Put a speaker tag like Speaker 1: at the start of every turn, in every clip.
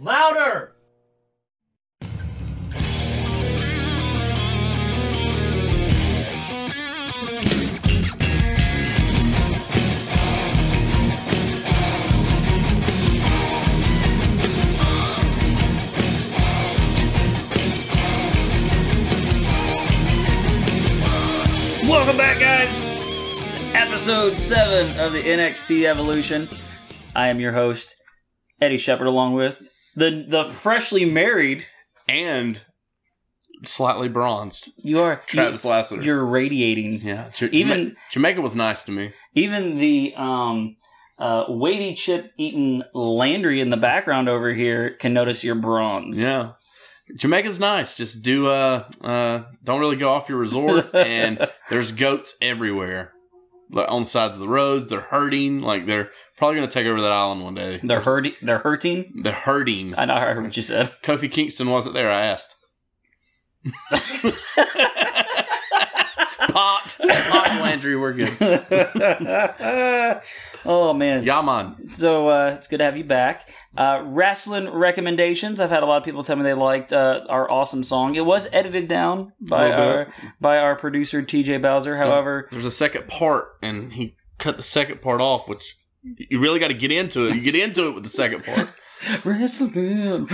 Speaker 1: Louder!
Speaker 2: Welcome back, guys, to episode 7 of the NXT Evolution. I am your host, Eddie Shepard, along with the the freshly married.
Speaker 3: and slightly bronzed
Speaker 2: You are
Speaker 3: Travis Lassiter.
Speaker 2: You, are radiating.
Speaker 3: yeah, Ja-
Speaker 2: Even-
Speaker 3: Jama- Jamaica was nice to me.
Speaker 2: Even the um, uh, weighty chip eating Landry in the background over here can notice your bronze.
Speaker 3: Yeah, Jamaica's nice. Just do uh uh don't really go off your resort, and there's goats everywhere like, on the sides of the roads. They're herding. Like they're probably gonna take over that island one day.
Speaker 2: They're hurting. They're hurting.
Speaker 3: They're herding.
Speaker 2: I know. I heard what you said.
Speaker 3: Kofi Kingston wasn't there. I asked. Popped. Popped Landry. We're good.
Speaker 2: oh man.
Speaker 3: Yaman.
Speaker 2: So uh, it's good to have you back. Uh, wrestling recommendations. I've had a lot of people tell me they liked uh, our awesome song. It was edited down by
Speaker 3: Little bit.
Speaker 2: our by our producer TJ Bowser. However,
Speaker 3: there's a second part and he cut the second part off which you really got to get into it you get into it with the second part
Speaker 2: wrestling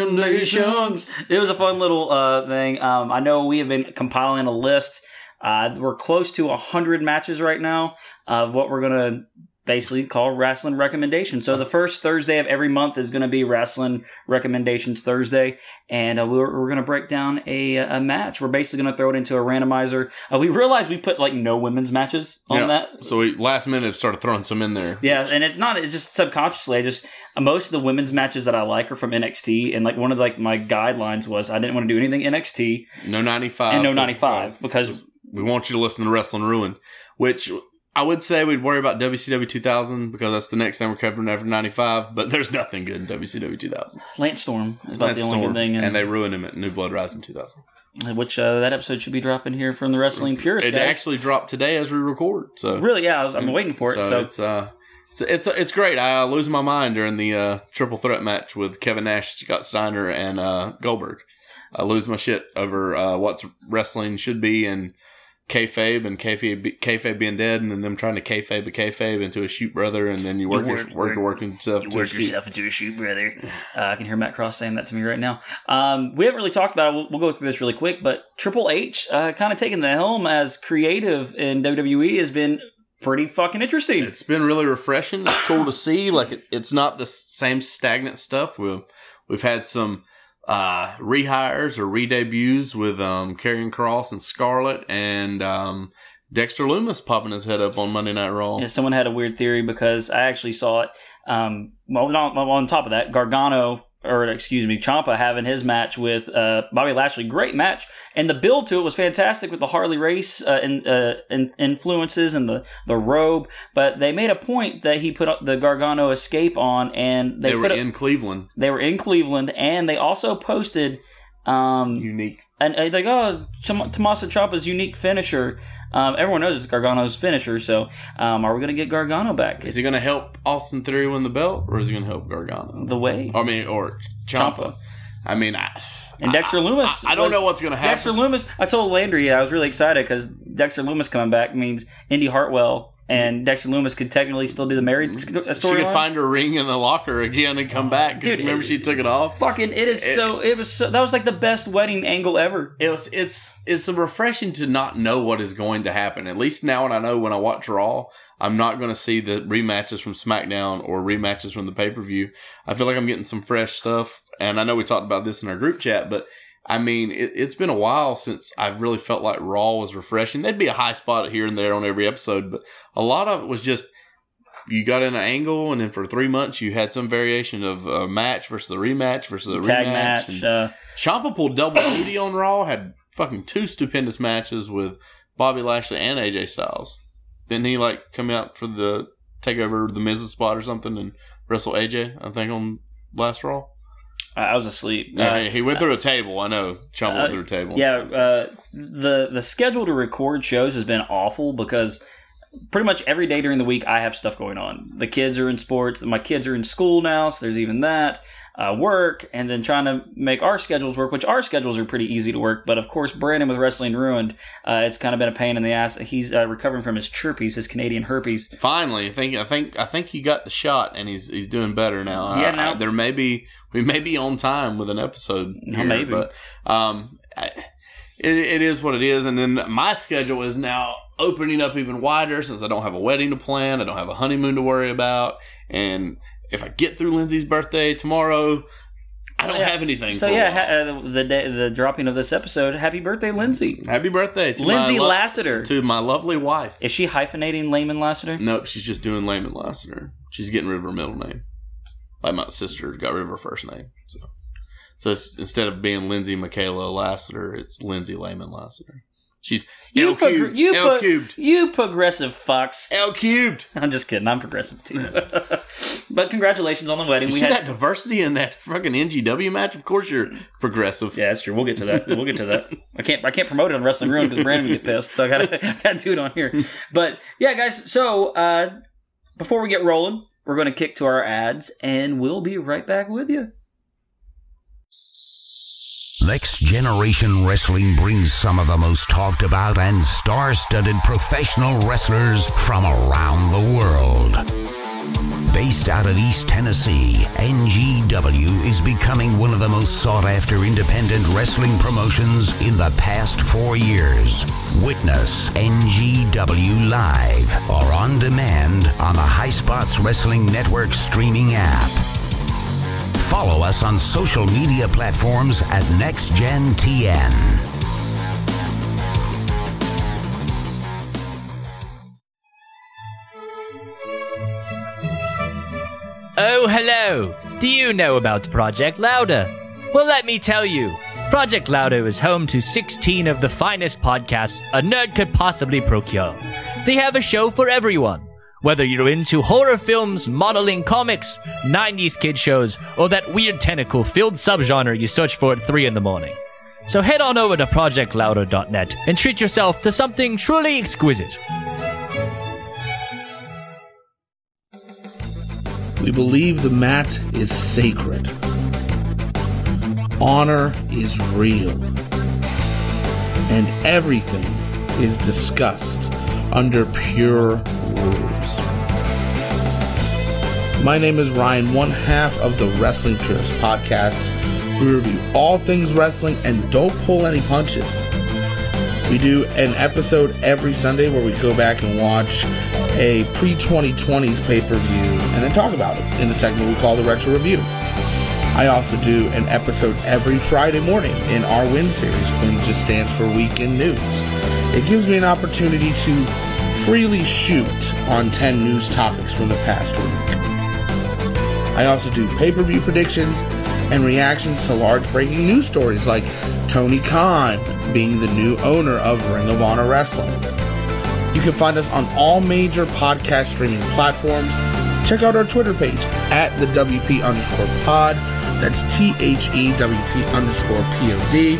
Speaker 2: recommendations. It was a fun little uh, thing. Um, I know we have been compiling a list. Uh, we're close to hundred matches right now of what we're gonna basically call wrestling recommendations. So the first Thursday of every month is gonna be wrestling recommendations Thursday, and uh, we're, we're gonna break down a, a match. We're basically gonna throw it into a randomizer. Uh, we realized we put like no women's matches on
Speaker 3: Yeah.
Speaker 2: that,
Speaker 3: so we last minute started throwing some in there
Speaker 2: yeah, and it's not. It's just subconsciously. I just most of the women's matches that I like are from NXT, and like one of like my guidelines was I didn't want to do anything NXT
Speaker 3: no 95
Speaker 2: and no ninety five because
Speaker 3: we want you to listen to wrestling ruin which i would say we'd worry about wcw 2000 because that's the next time we're covering after 95 but there's nothing good in wcw 2000
Speaker 2: Lance Storm is about
Speaker 3: Lance
Speaker 2: the only
Speaker 3: Storm,
Speaker 2: good thing,
Speaker 3: and
Speaker 2: and,
Speaker 3: they ruined him at new blood rise in 2000
Speaker 2: which uh, that episode should be dropping here from the wrestling purist.
Speaker 3: it
Speaker 2: guys.
Speaker 3: actually dropped today as we record so
Speaker 2: really, yeah, I was, I'm waiting for it.
Speaker 3: So,
Speaker 2: So,
Speaker 3: it's uh, it's, it's it's great. I lose my mind during the uh, triple threat match with Kevin Nash, Scott Steiner, and uh, Goldberg. I lose my shit over uh, what's wrestling should be and kayfabe and kayfabe, be- kayfabe being dead, and then them trying to kayfabe a kayfabe into a shoot brother, and then you work your,
Speaker 2: work-
Speaker 3: work your
Speaker 2: work-
Speaker 3: working yourself
Speaker 2: You
Speaker 3: to a
Speaker 2: worked
Speaker 3: shoot.
Speaker 2: yourself into a shoot, brother. Uh, I can hear Matt Cross saying that to me right now. Um, we haven't really talked about it. We'll, we'll go through this really quick, but Triple H uh, kind of taking the helm as creative in WWE has been pretty fucking interesting.
Speaker 3: It's been really refreshing. It's cool to see. Like it, it's not the same stagnant stuff. We've we've had some uh, rehires or redebuts with um, Karrion Cross and Scarlett and um, Dexter Loomis popping his head up on Monday Night Raw.
Speaker 2: Yeah, someone had a weird theory because I actually saw it. Um, well, not, well, on top of that, Gargano or excuse me, Champa having his match with uh, Bobby Lashley, great match, and the build to it was fantastic with the Harley race uh, in, uh, in, influences and the the robe. But they made a point that he put the Gargano escape on, and
Speaker 3: they
Speaker 2: they,
Speaker 3: were
Speaker 2: put a-
Speaker 3: in Cleveland.
Speaker 2: they were in Cleveland, and they also posted. Um,
Speaker 3: Unique.
Speaker 2: and uh, like oh Cham- Tommaso Ciampa's unique finisher. Um, everyone knows it's Gargano's finisher, so um, are we going to get Gargano back?
Speaker 3: Is
Speaker 2: Is
Speaker 3: he going to help Austin Theory win the belt, or is he going to help Gargano?
Speaker 2: the way
Speaker 3: I mean, or Champa.
Speaker 2: Ciampa.
Speaker 3: I mean, I,
Speaker 2: and Dexter Loomis.
Speaker 3: I, I don't
Speaker 2: was-
Speaker 3: know what's going to happen.
Speaker 2: Dexter Loomis. I told Landry I was really excited because Dexter Loomis coming back means Indy Hartwell and Dexter Loomis could technically still do the married sc-
Speaker 3: Mm-hmm. she could
Speaker 2: storyline.
Speaker 3: find her ring in the locker again and come back. 'cause
Speaker 2: Dude,
Speaker 3: remember
Speaker 2: it-
Speaker 3: she took it off.
Speaker 2: Fucking, it is so. It was so. That was like the best wedding angle ever.
Speaker 3: it was it's it's refreshing to not know what is going to happen. At least now, and I know when I watch Raw, I'm not going to see the rematches from SmackDown or rematches from the pay per view. I feel like I'm getting some fresh stuff, and I know we talked about this in our group chat, but I mean, it, it's been a while since I've really felt like Raw was refreshing. There'd be a high spot here and there on every episode, but a lot of it was just you got in an angle, and then for three months you had some variation of a match versus a rematch versus a
Speaker 2: Tag
Speaker 3: rematch.
Speaker 2: match.
Speaker 3: and-
Speaker 2: uh,
Speaker 3: Ciampa pulled double duty on Raw, had fucking two stupendous matches with Bobby Lashley and AJ Styles. Didn't he like come out for the takeover the Miz's spot or something and wrestle AJ, I think on last Raw?
Speaker 2: I I was asleep.
Speaker 3: Yeah, he went through a table, I know. Ciampa
Speaker 2: Uh,
Speaker 3: went through a table.
Speaker 2: Yeah, uh, the the schedule to record shows has been awful because pretty much every day during the week, I have stuff going on. The kids are in sports. My kids are in school now, so there's even that. Uh, work and then trying to make our schedules work, which our schedules are pretty easy to work. But of course, Brandon with Wrestling Ruined, uh, it's kind of been a pain in the ass. He's uh, recovering from his chirpies, his Canadian herpes.
Speaker 3: Finally, I think I think I think he got the shot, and he's he's doing better now.
Speaker 2: Yeah,
Speaker 3: I-
Speaker 2: now-
Speaker 3: I- there may be we may be on time with an episode.
Speaker 2: Yeah,
Speaker 3: here,
Speaker 2: maybe.
Speaker 3: but um, I, it, it is what it is. And then my schedule is now opening up even wider since I don't have a wedding to plan, I don't have a honeymoon to worry about, and if I get through Lindsay's birthday tomorrow, I don't
Speaker 2: Yeah.
Speaker 3: have anything.
Speaker 2: So
Speaker 3: for a
Speaker 2: yeah,
Speaker 3: while.
Speaker 2: ha- uh, the day, the dropping of this episode, happy birthday, Lindsay.
Speaker 3: happy birthday to
Speaker 2: Lindsay
Speaker 3: my lo-
Speaker 2: Lassiter.
Speaker 3: to my lovely wife.
Speaker 2: Is she hyphenating Lehman Lassiter?
Speaker 3: Nope, she's just doing Layman Lassiter. She's getting rid of her middle name. Like my sister got rid of her first name. So, so it's, instead of being Lindsay Michaela Lassiter, it's Lindsay Layman Lassiter. She's
Speaker 2: You
Speaker 3: L
Speaker 2: put-
Speaker 3: cubed.
Speaker 2: you
Speaker 3: L
Speaker 2: put-
Speaker 3: cubed.
Speaker 2: You progressive fucks.
Speaker 3: L cubed.
Speaker 2: I'm just kidding. I'm progressive too. but congratulations on the wedding.
Speaker 3: You
Speaker 2: we
Speaker 3: see
Speaker 2: had.
Speaker 3: that diversity in that fucking NGW match? Of course you're progressive.
Speaker 2: Yeah, that's true. We'll get to that. We'll get to that. I can't. I can't promote it on Wrestling Ruin because Brandon would get pissed. So I gotta, I gotta do it on here. But yeah, guys. So uh, before we get rolling, we're gonna kick to our ads, and we'll be right back with you.
Speaker 1: Next Generation Wrestling brings some of the most talked about and star studded professional wrestlers from around the world. Based out of East Tennessee, NGW is becoming one of the most sought after independent wrestling promotions in the past four years. Witness NGW Live or on demand on the High Spots Wrestling Network streaming app. Follow us on social media platforms at NextGenTN.
Speaker 4: Oh, hello! Do you know about Project Louder? Well, let me tell you. Project Louder is home to 16 of the finest podcasts a nerd could possibly procure. They have a show for everyone. Whether you're into horror films, modeling comics, 90s kid shows, or that weird tentacle filled subgenre you search for at 3 in the morning. So head on over to projectlouder.net and treat yourself to something truly exquisite.
Speaker 5: We believe the mat is sacred. Honor is real. And everything is discussed under pure rules. My name is Ryan, one half of the Wrestling Purist podcast. We review all things wrestling and don't pull any punches. We do an episode every Sunday where we go back and watch a pre 2020s pay per view and then talk about it in a segment we call the Retro Review. I also do an episode every Friday morning in our WIN series. WIN just stands for Weekend News. It gives me an opportunity to freely shoot on 10 news topics from the past week. I also do pay-per-view predictions and reactions to large breaking news stories like Tony Khan being the new owner of Ring of Honor Wrestling. You can find us on all major podcast streaming platforms. Check out our Twitter page at the WP underscore pod. That's T H E W P underscore P O D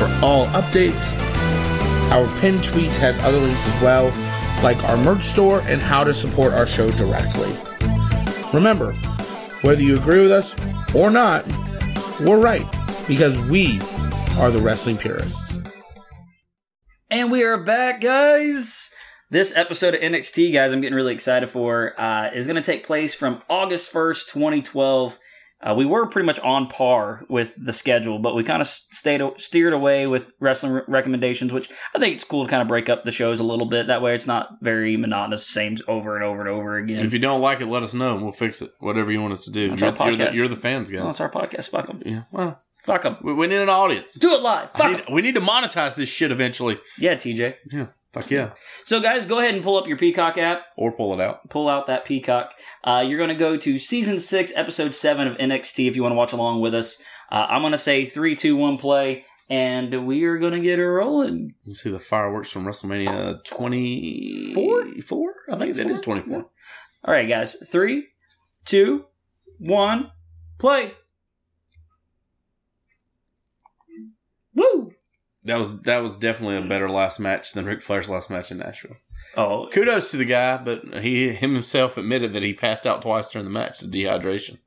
Speaker 5: for all updates. Our pinned tweet has other links as well, like our merch store and how to support our show directly. Remember, whether you agree with us or not, we're right because we are the wrestling purists.
Speaker 2: And we are back, guys. This episode of NXT, guys, I'm getting really excited for, uh, is going to take place from August 1st, 2012. Uh, we were pretty much on par with the schedule, but we kind of stayed steered away with wrestling re- recommendations, which I think it's cool to kind of break up the shows a little bit. That way, it's not very monotonous, same over and over and over
Speaker 3: And
Speaker 2: again.
Speaker 3: if you don't like it, let us know and we'll fix it. Whatever you want us to do.
Speaker 2: That's
Speaker 3: you're,
Speaker 2: our
Speaker 3: you're
Speaker 2: podcast.
Speaker 3: the, you're the fans, guys.
Speaker 2: oh, it's our podcast. Fuck them.
Speaker 3: yeah. Well,
Speaker 2: Fuck them.
Speaker 3: we, we need an audience.
Speaker 2: Do it live.
Speaker 3: I
Speaker 2: Fuck
Speaker 3: need,
Speaker 2: 'em.
Speaker 3: we need to monetize this shit eventually.
Speaker 2: Yeah, TJ.
Speaker 3: Yeah. Fuck yeah.
Speaker 2: So, guys, go ahead and pull up your Peacock app.
Speaker 3: Or pull it out.
Speaker 2: pull out that peacock. Uh, you're going to go to season six, episode seven of NXT if you want to watch along with us. Uh, I'm going to say three, two, one, play, and we are going to get it rolling.
Speaker 3: You see the fireworks from WrestleMania 24?
Speaker 2: Four?
Speaker 3: Four? I think that
Speaker 2: Four?
Speaker 3: is 24.
Speaker 2: All right, guys. Three, two, one, play. Woo!
Speaker 3: That was that was definitely a better last match than Ric Flair's last match in Nashville.
Speaker 2: Oh,
Speaker 3: Kudos to the guy, but he him himself admitted that he passed out twice during the match to dehydration.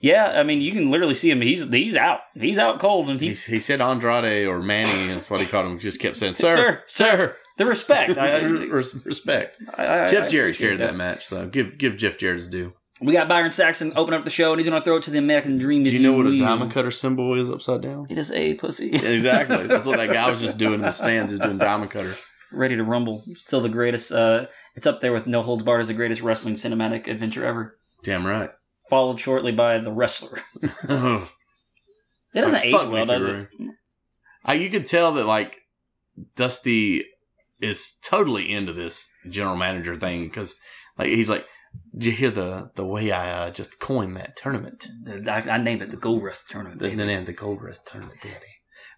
Speaker 2: yeah. I mean, you can literally see him. He's he's out. He's out cold, and
Speaker 3: He,
Speaker 2: he's
Speaker 3: he said Andrade or Manny is what he called him. Just kept saying,
Speaker 2: Sir,
Speaker 3: "Sir, sir."
Speaker 2: the respect. I, I,
Speaker 3: Res- respect.
Speaker 2: I, I, I
Speaker 3: Jeff Jarrett
Speaker 2: appreciate
Speaker 3: carried that. match though. Give give Jeff Jarrett his due.
Speaker 2: We got Byron Saxon open up the show, and he's gonna throw it to the American Dream.
Speaker 3: Do you know what a diamond cutter symbol is upside down?
Speaker 2: It is a pussy.
Speaker 3: exactly. That's what that guy was just doing in the stands. He was doing diamond cutter.
Speaker 2: Ready to rumble. Still the greatest. Uh, it's up there with No Holds Barred as the greatest wrestling cinematic adventure ever.
Speaker 3: Damn right.
Speaker 2: Followed shortly by The Wrestler.
Speaker 3: That
Speaker 2: That doesn't age well, does it?
Speaker 3: I, you could tell that like Dusty is totally into this general manager thing because like he's like, did you hear the the way I uh, just coined that tournament?
Speaker 2: I, I named it the Gold Rush Tournament.
Speaker 3: The,
Speaker 2: baby.
Speaker 3: the name of the Gold Rush tournament, daddy.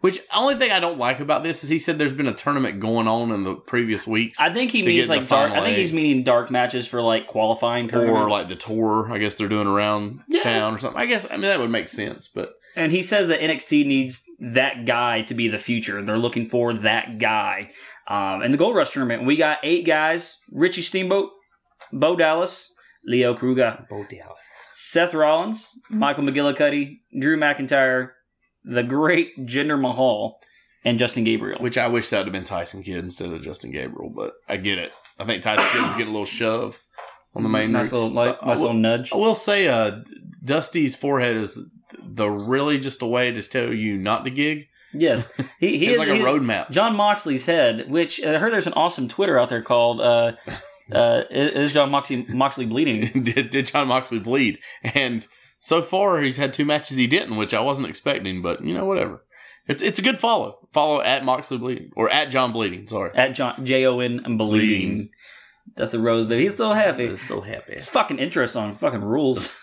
Speaker 3: Which only thing I don't like about this is he said there's been a tournament going on in the previous weeks.
Speaker 2: I think he
Speaker 3: to get
Speaker 2: means
Speaker 3: in
Speaker 2: like
Speaker 3: the
Speaker 2: dark. I
Speaker 3: final
Speaker 2: think
Speaker 3: eight.
Speaker 2: he's meaning dark matches for like qualifying tournaments.
Speaker 3: or like the tour, I guess they're doing around
Speaker 2: Yeah.
Speaker 3: town or something. I guess I mean that would make sense, but
Speaker 2: and he says that NXT needs that guy to be the future. They're looking for that guy. Um, in the Gold Rush tournament, we got eight guys: Richie Steamboat, Bo Dallas, Leo Kruger,
Speaker 3: Bo Dallas,
Speaker 2: Seth Rollins, Michael McGillicuddy, Drew McIntyre, the great Jinder Mahal, and Justin Gabriel.
Speaker 3: which I wish that would have been Tyson Kidd instead of Justin Gabriel, but I get it. I think Tyson Kidd's getting a little shove on the main.
Speaker 2: nice
Speaker 3: route.
Speaker 2: Mm, little, nice
Speaker 3: Uh, I will-
Speaker 2: little nudge.
Speaker 3: I will say, uh, Dusty's forehead is the really just a way to tell you not to gig.
Speaker 2: Yes, he, he
Speaker 3: It's
Speaker 2: is
Speaker 3: like a
Speaker 2: he's-
Speaker 3: roadmap.
Speaker 2: John Moxley's head, which uh, I heard there's an awesome Twitter out there called uh, uh, "Is John Moxley Moxley bleeding?"
Speaker 3: did, did John Moxley bleed? And so far, he's had two matches he didn't, which I wasn't expecting. But you know, whatever. It's it's a good follow. Follow at Moxley bleeding or at John bleeding. Sorry.
Speaker 2: at John J O N and bleeding.
Speaker 3: Bleeding.
Speaker 2: That's the rose, baby. He's so happy.
Speaker 3: so happy.
Speaker 2: This fucking intro song fucking rules.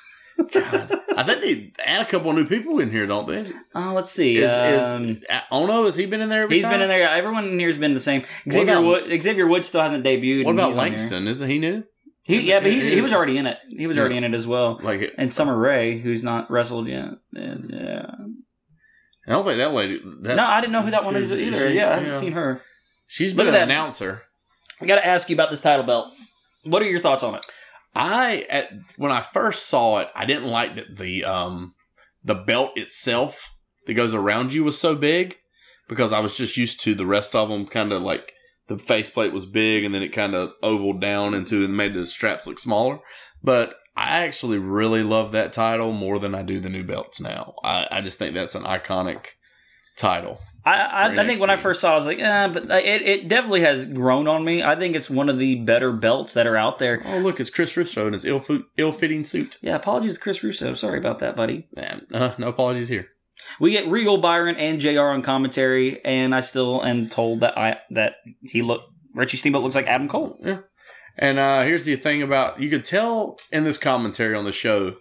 Speaker 3: God. I think they add a couple new people in here, don't they? Is,
Speaker 2: Uh, let's see. um,
Speaker 3: is uh, Ono? Has he been in there? Every
Speaker 2: he's
Speaker 3: time?
Speaker 2: been in there. Everyone in here's been the same. Xavier
Speaker 3: about-
Speaker 2: Wood. Xavier Wood still hasn't debuted.
Speaker 3: What
Speaker 2: and
Speaker 3: about
Speaker 2: he's on there.
Speaker 3: Langston? Isn't he new?
Speaker 2: He, yeah, but he's, he was already in it. He was already
Speaker 3: Yeah.
Speaker 2: in it as well.
Speaker 3: Like,
Speaker 2: And Summer Rae, who's not wrestled yet. And, yeah.
Speaker 3: I don't think that lady. That,
Speaker 2: No, I didn't know who that one is
Speaker 3: She-
Speaker 2: either.
Speaker 3: she-
Speaker 2: Yeah, I haven't
Speaker 3: yeah.
Speaker 2: seen her.
Speaker 3: she's
Speaker 2: Look
Speaker 3: been
Speaker 2: at
Speaker 3: an
Speaker 2: that.
Speaker 3: announcer.
Speaker 2: I got to ask you about this title belt. What are your thoughts on it?
Speaker 3: I at when I first saw it, I didn't like that the um the belt itself that goes around you was so big because I was just used to the rest of them kind of like the faceplate was big and then it kind of ovaled down into and made the straps look smaller. But I actually really love that title more than I do the new belts now. I, I just think that's an iconic title.
Speaker 2: I, I,
Speaker 3: for
Speaker 2: I think when I
Speaker 3: NXT.
Speaker 2: first saw it, I was like, eh, but it, it definitely has grown on me. I think it's one of the better belts that are out there.
Speaker 3: Oh look, it's Chris Russo in his ill ill fitting suit.
Speaker 2: Yeah, apologies to Chris Russo. Sorry about that, buddy.
Speaker 3: Man, uh, no apologies here.
Speaker 2: We get Regal Byron and JR on commentary, and I still am told that I that he look Richie Steamboat looks like Adam Cole.
Speaker 3: Yeah. And uh, here's the thing about you could tell in this commentary on the show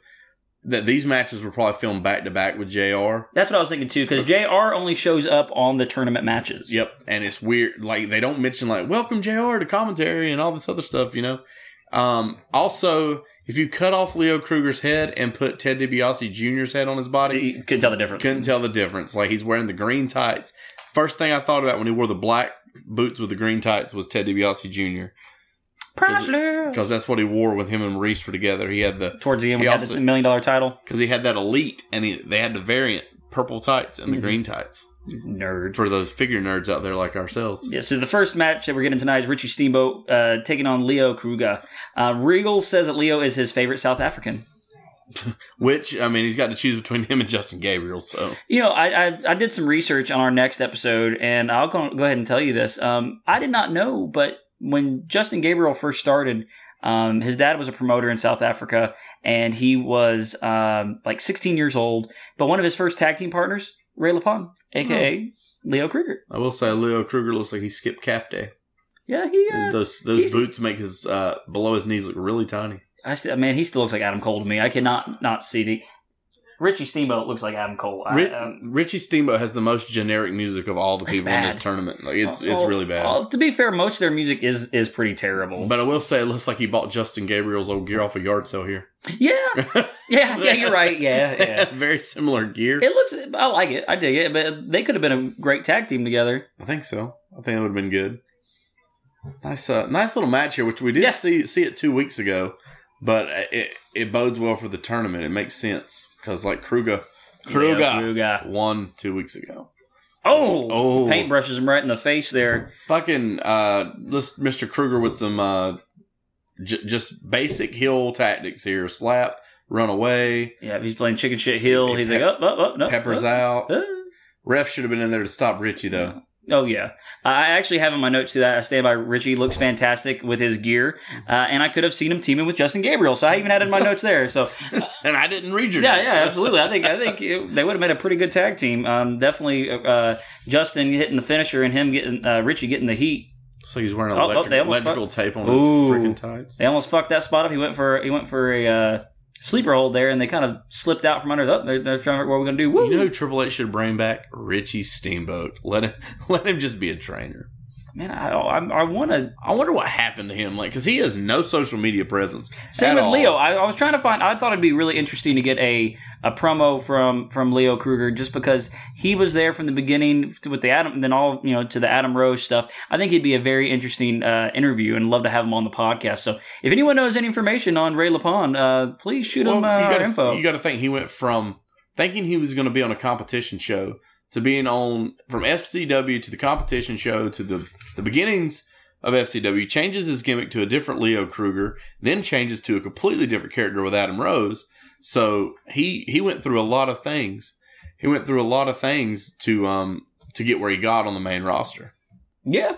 Speaker 3: that these matches were probably filmed back to back with JR.
Speaker 2: That's what I was thinking too, because JR only shows up on the tournament matches.
Speaker 3: Yep. And it's weird. Like they don't mention like welcome JR to commentary and all this other stuff, you know. Um, also, if you cut off Leo Kruger's head and put Ted DiBiase Jr.'s head on his body,
Speaker 2: You couldn't tell the difference.
Speaker 3: couldn't tell the difference. Like he's wearing the green tights. First thing I thought about when he wore the black boots with the green tights was Ted DiBiase Jr.
Speaker 2: Probably.
Speaker 3: because that's what he wore when him and Reese were together. He had the
Speaker 2: Towards the end,
Speaker 3: He
Speaker 2: we got
Speaker 3: also-
Speaker 2: the million dollar title.
Speaker 3: because he had that elite and he, they had the variant purple tights and the
Speaker 2: Mhm.
Speaker 3: green tights
Speaker 2: Nerd.
Speaker 3: for those figure nerds out there like ourselves.
Speaker 2: Yeah, so the first match that we're getting tonight is Richie Steamboat uh, taking on Leo Kruger. Uh, Regal says that Leo is his favorite South African.
Speaker 3: Which I mean, he's got to choose between him and Justin Gabriel. So
Speaker 2: You know, I, I I did some research on our next episode, and I'll go, go ahead and tell you this. Um, I did not know, but when Justin Gabriel first started, um, his dad was a promoter in South Africa, and he was um, like 16 years old. But one of his first tag team partners, Ray LaPon, aka Leo Kruger.
Speaker 3: I will say, Leo Kruger looks like he skipped calf day.
Speaker 2: Yeah, he. Uh,
Speaker 3: Those those
Speaker 2: He's-
Speaker 3: boots make his uh, below his knees look really tiny.
Speaker 2: I st- man, he still looks like Adam Cole to me. I cannot not see the. Richie Steamboat looks like Adam Cole. I-
Speaker 3: Ri-
Speaker 2: um,
Speaker 3: Richie Steamboat has the most generic music of all the people in this
Speaker 5: bad.
Speaker 3: tournament. Like, it's it's
Speaker 2: well,
Speaker 3: really bad.
Speaker 2: well, to be fair, most of their music is is pretty terrible.
Speaker 3: but I will say, it looks like he bought Justin Gabriel's old gear off a yard sale here.
Speaker 2: yeah, yeah, yeah. You're right. Yeah, yeah.
Speaker 3: Very similar gear.
Speaker 2: It looks. I like it. I dig it. But they could have been a great tag team together.
Speaker 3: I think so. I think that would have been good. Nice, uh, nice little match here, which we did
Speaker 2: Yeah.
Speaker 3: see see it two weeks ago, but it it bodes well for the tournament. It makes sense because like Kruger, Kruger
Speaker 2: Yeah, Kruger.
Speaker 3: won two weeks ago.
Speaker 2: Oh,
Speaker 3: Oh.
Speaker 2: paint brushes him right in the face there.
Speaker 3: Fucking uh, let's Mr. Kruger with some uh, j- just basic heel tactics here: slap, run away,
Speaker 2: Yeah, he's playing chicken shit hill. He's like, up, up, up, no.
Speaker 3: peppers
Speaker 2: up,
Speaker 3: out.
Speaker 2: up.
Speaker 3: Ref should have been in there to stop Richie though.
Speaker 2: Oh yeah, I actually have in my notes to that. I stand by Richie looks fantastic with his gear, uh, and I could have seen him teaming with Justin Gabriel. So I even had it in my notes there. So
Speaker 3: And I didn't read your
Speaker 2: yeah,
Speaker 3: notes.
Speaker 2: yeah, absolutely. I think I think it- they would have made a pretty good tag team. Um, definitely, uh, Justin hitting the finisher and him getting uh, Richie getting the heat.
Speaker 3: So he's wearing
Speaker 2: Oh, oh,
Speaker 3: electric,
Speaker 2: they almost
Speaker 3: electrical tape on
Speaker 2: Ooh.
Speaker 3: his freaking tights.
Speaker 2: They almost fucked that spot up. He went for he went for a uh, sleeper hold there, and they kind of slipped out from under. the they're, they're trying to what we're gonna do. Woo!
Speaker 3: You know who Triple H should bring back? Richie Steamboat. Let him let him just be a trainer.
Speaker 2: Man, I I, I want to
Speaker 3: I wonder what happened to him, like because he has no social media presence.
Speaker 2: Same
Speaker 3: at
Speaker 2: with
Speaker 3: all.
Speaker 2: Leo. I, I was trying to find. I thought it'd be really interesting to get a, a promo from from Leo Kruger just because he was there from the beginning to, with the Adam, and then all you know to the Adam Rose stuff. I think he'd be a very interesting uh, interview, and love to have him on the podcast. So if anyone knows any information on Ray Lapon, uh, please shoot
Speaker 3: Well,
Speaker 2: him uh,
Speaker 3: you
Speaker 2: our
Speaker 3: gotta,
Speaker 2: info.
Speaker 3: You got to think he went from thinking he was going to be on a competition show to being on from FCW to the competition show to the the beginnings of FCW. Changes his gimmick to a different Leo Kruger, then changes to a completely different character with Adam Rose. So he he went through a lot of things. He went through a lot of things to um to get where he got on the main roster.
Speaker 2: yeah,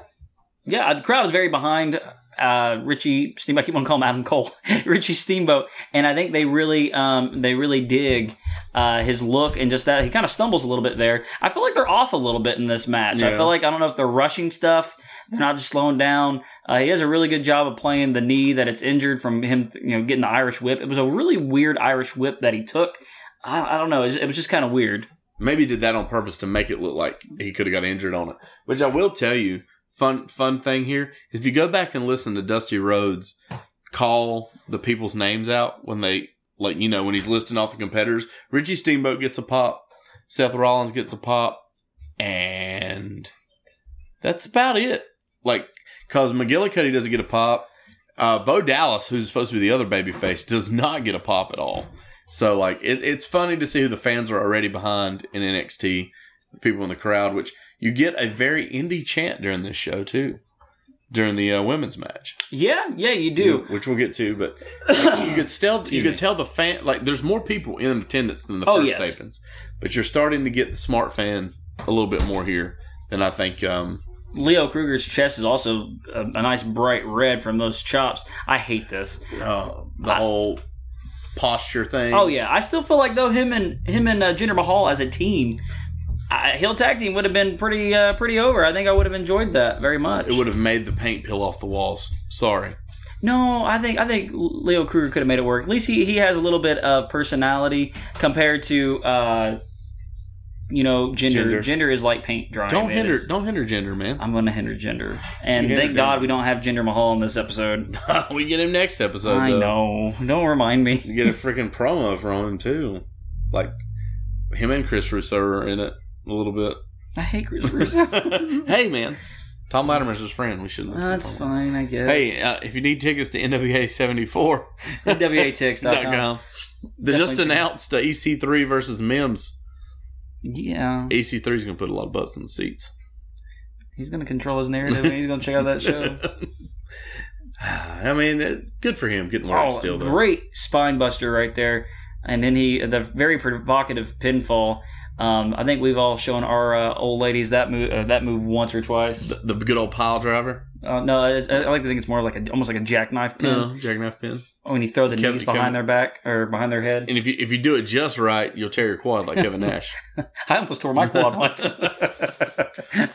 Speaker 2: yeah. The crowd is very behind. Uh, Richie Steamboat. I keep on calling him Adam Cole. Richie Steamboat, and I think they really, um, they really dig uh, his look and just that he kind of stumbles a little bit there. I feel like they're off a little bit in this match. I
Speaker 3: Yeah.
Speaker 2: feel like I don't know if they're rushing stuff. They're not just slowing down. Uh, he does a really good job of playing the knee that it's injured from him, you know, getting the Irish whip. It was a really weird Irish whip that he took. I, I don't know. It was, it was just kind of weird.
Speaker 3: maybe did that on purpose to make it look like he could have got injured on it. Which I will tell you, fun fun thing here is if you go back and listen to Dusty Rhodes call the people's names out when they like you know when he's listing off the competitors, Richie Steamboat gets a pop, Seth Rollins gets a pop, and that's about it. Like because McGillicuddy doesn't get a pop. Uh, Bo Dallas, who's supposed to be the other babyface, does not get a pop at all. So like it, it's funny to see who the fans are already behind in NXT, the people in the crowd, which you get a very indie chant during this show too, during the uh, women's match,
Speaker 2: Yeah, yeah, you do.
Speaker 3: which we'll get to. But like, you could still you could tell the fan like there's more people in attendance than the
Speaker 2: Oh,
Speaker 3: first
Speaker 2: yes.
Speaker 3: tapings, but you're starting to get the smart fan a little bit more here than I think. Um,
Speaker 2: Leo Kruger's chest is also a, a nice bright red from those chops. I hate this.
Speaker 3: uh, the whole posture thing.
Speaker 2: Oh yeah, I still feel like though him and him and uh, Jinder Mahal as a team, I, Hill tag team would have been pretty uh, pretty over. I think I would have enjoyed that very much.
Speaker 3: It would have made the paint peel off the walls. Sorry.
Speaker 2: No, I think I think Leo Kruger could have made it work. At least he, he has a little bit of personality compared to uh, you know gender.
Speaker 3: Gender.
Speaker 2: Gender, is like paint drying.
Speaker 3: Don't
Speaker 2: It
Speaker 3: hinder.
Speaker 2: is-
Speaker 3: Don't hinder gender, man.
Speaker 2: I'm going to hinder gender, and
Speaker 3: hinder
Speaker 2: thank God
Speaker 3: gender.
Speaker 2: we don't have Gender Mahal in this episode.
Speaker 3: we get him next episode.
Speaker 2: I
Speaker 3: though.
Speaker 2: know. Don't remind me.
Speaker 3: You get a freaking promo from him too. Like him and Chris Russo are in it a little bit.
Speaker 2: I hate Chris Russo.
Speaker 3: hey man, Tom Latimer's his friend. We should. listen to
Speaker 2: That's
Speaker 3: him.
Speaker 2: fine, I guess.
Speaker 3: Hey, uh, if you need tickets to NWA seventy four
Speaker 2: WATix.com.
Speaker 3: They just
Speaker 2: Definitely.
Speaker 3: announced uh, EC3 versus Mims. E
Speaker 2: Yeah.
Speaker 3: EC3 is going to put a lot of butts in the seats.
Speaker 2: He's gonna control his narrative and he's gonna check out that show.
Speaker 3: Uh, I mean, it, good for him getting work
Speaker 2: oh,
Speaker 3: still. Though.
Speaker 2: great spine buster right there. And then he the very provocative pinfall. Um, I think we've all shown our uh, old ladies that move uh, that move once or twice.
Speaker 3: The, the good old pile driver.
Speaker 2: Uh, no, it's, I I like to think it's more like a, almost like a jackknife pin
Speaker 3: No, jackknife pin.
Speaker 2: when you throw the
Speaker 3: Kevin-
Speaker 2: knees behind
Speaker 3: Kevin-
Speaker 2: their back or behind their head.
Speaker 3: And if you if you do it just right, you'll tear your quad like Kevin Nash.
Speaker 2: I almost tore my quad once.
Speaker 3: Not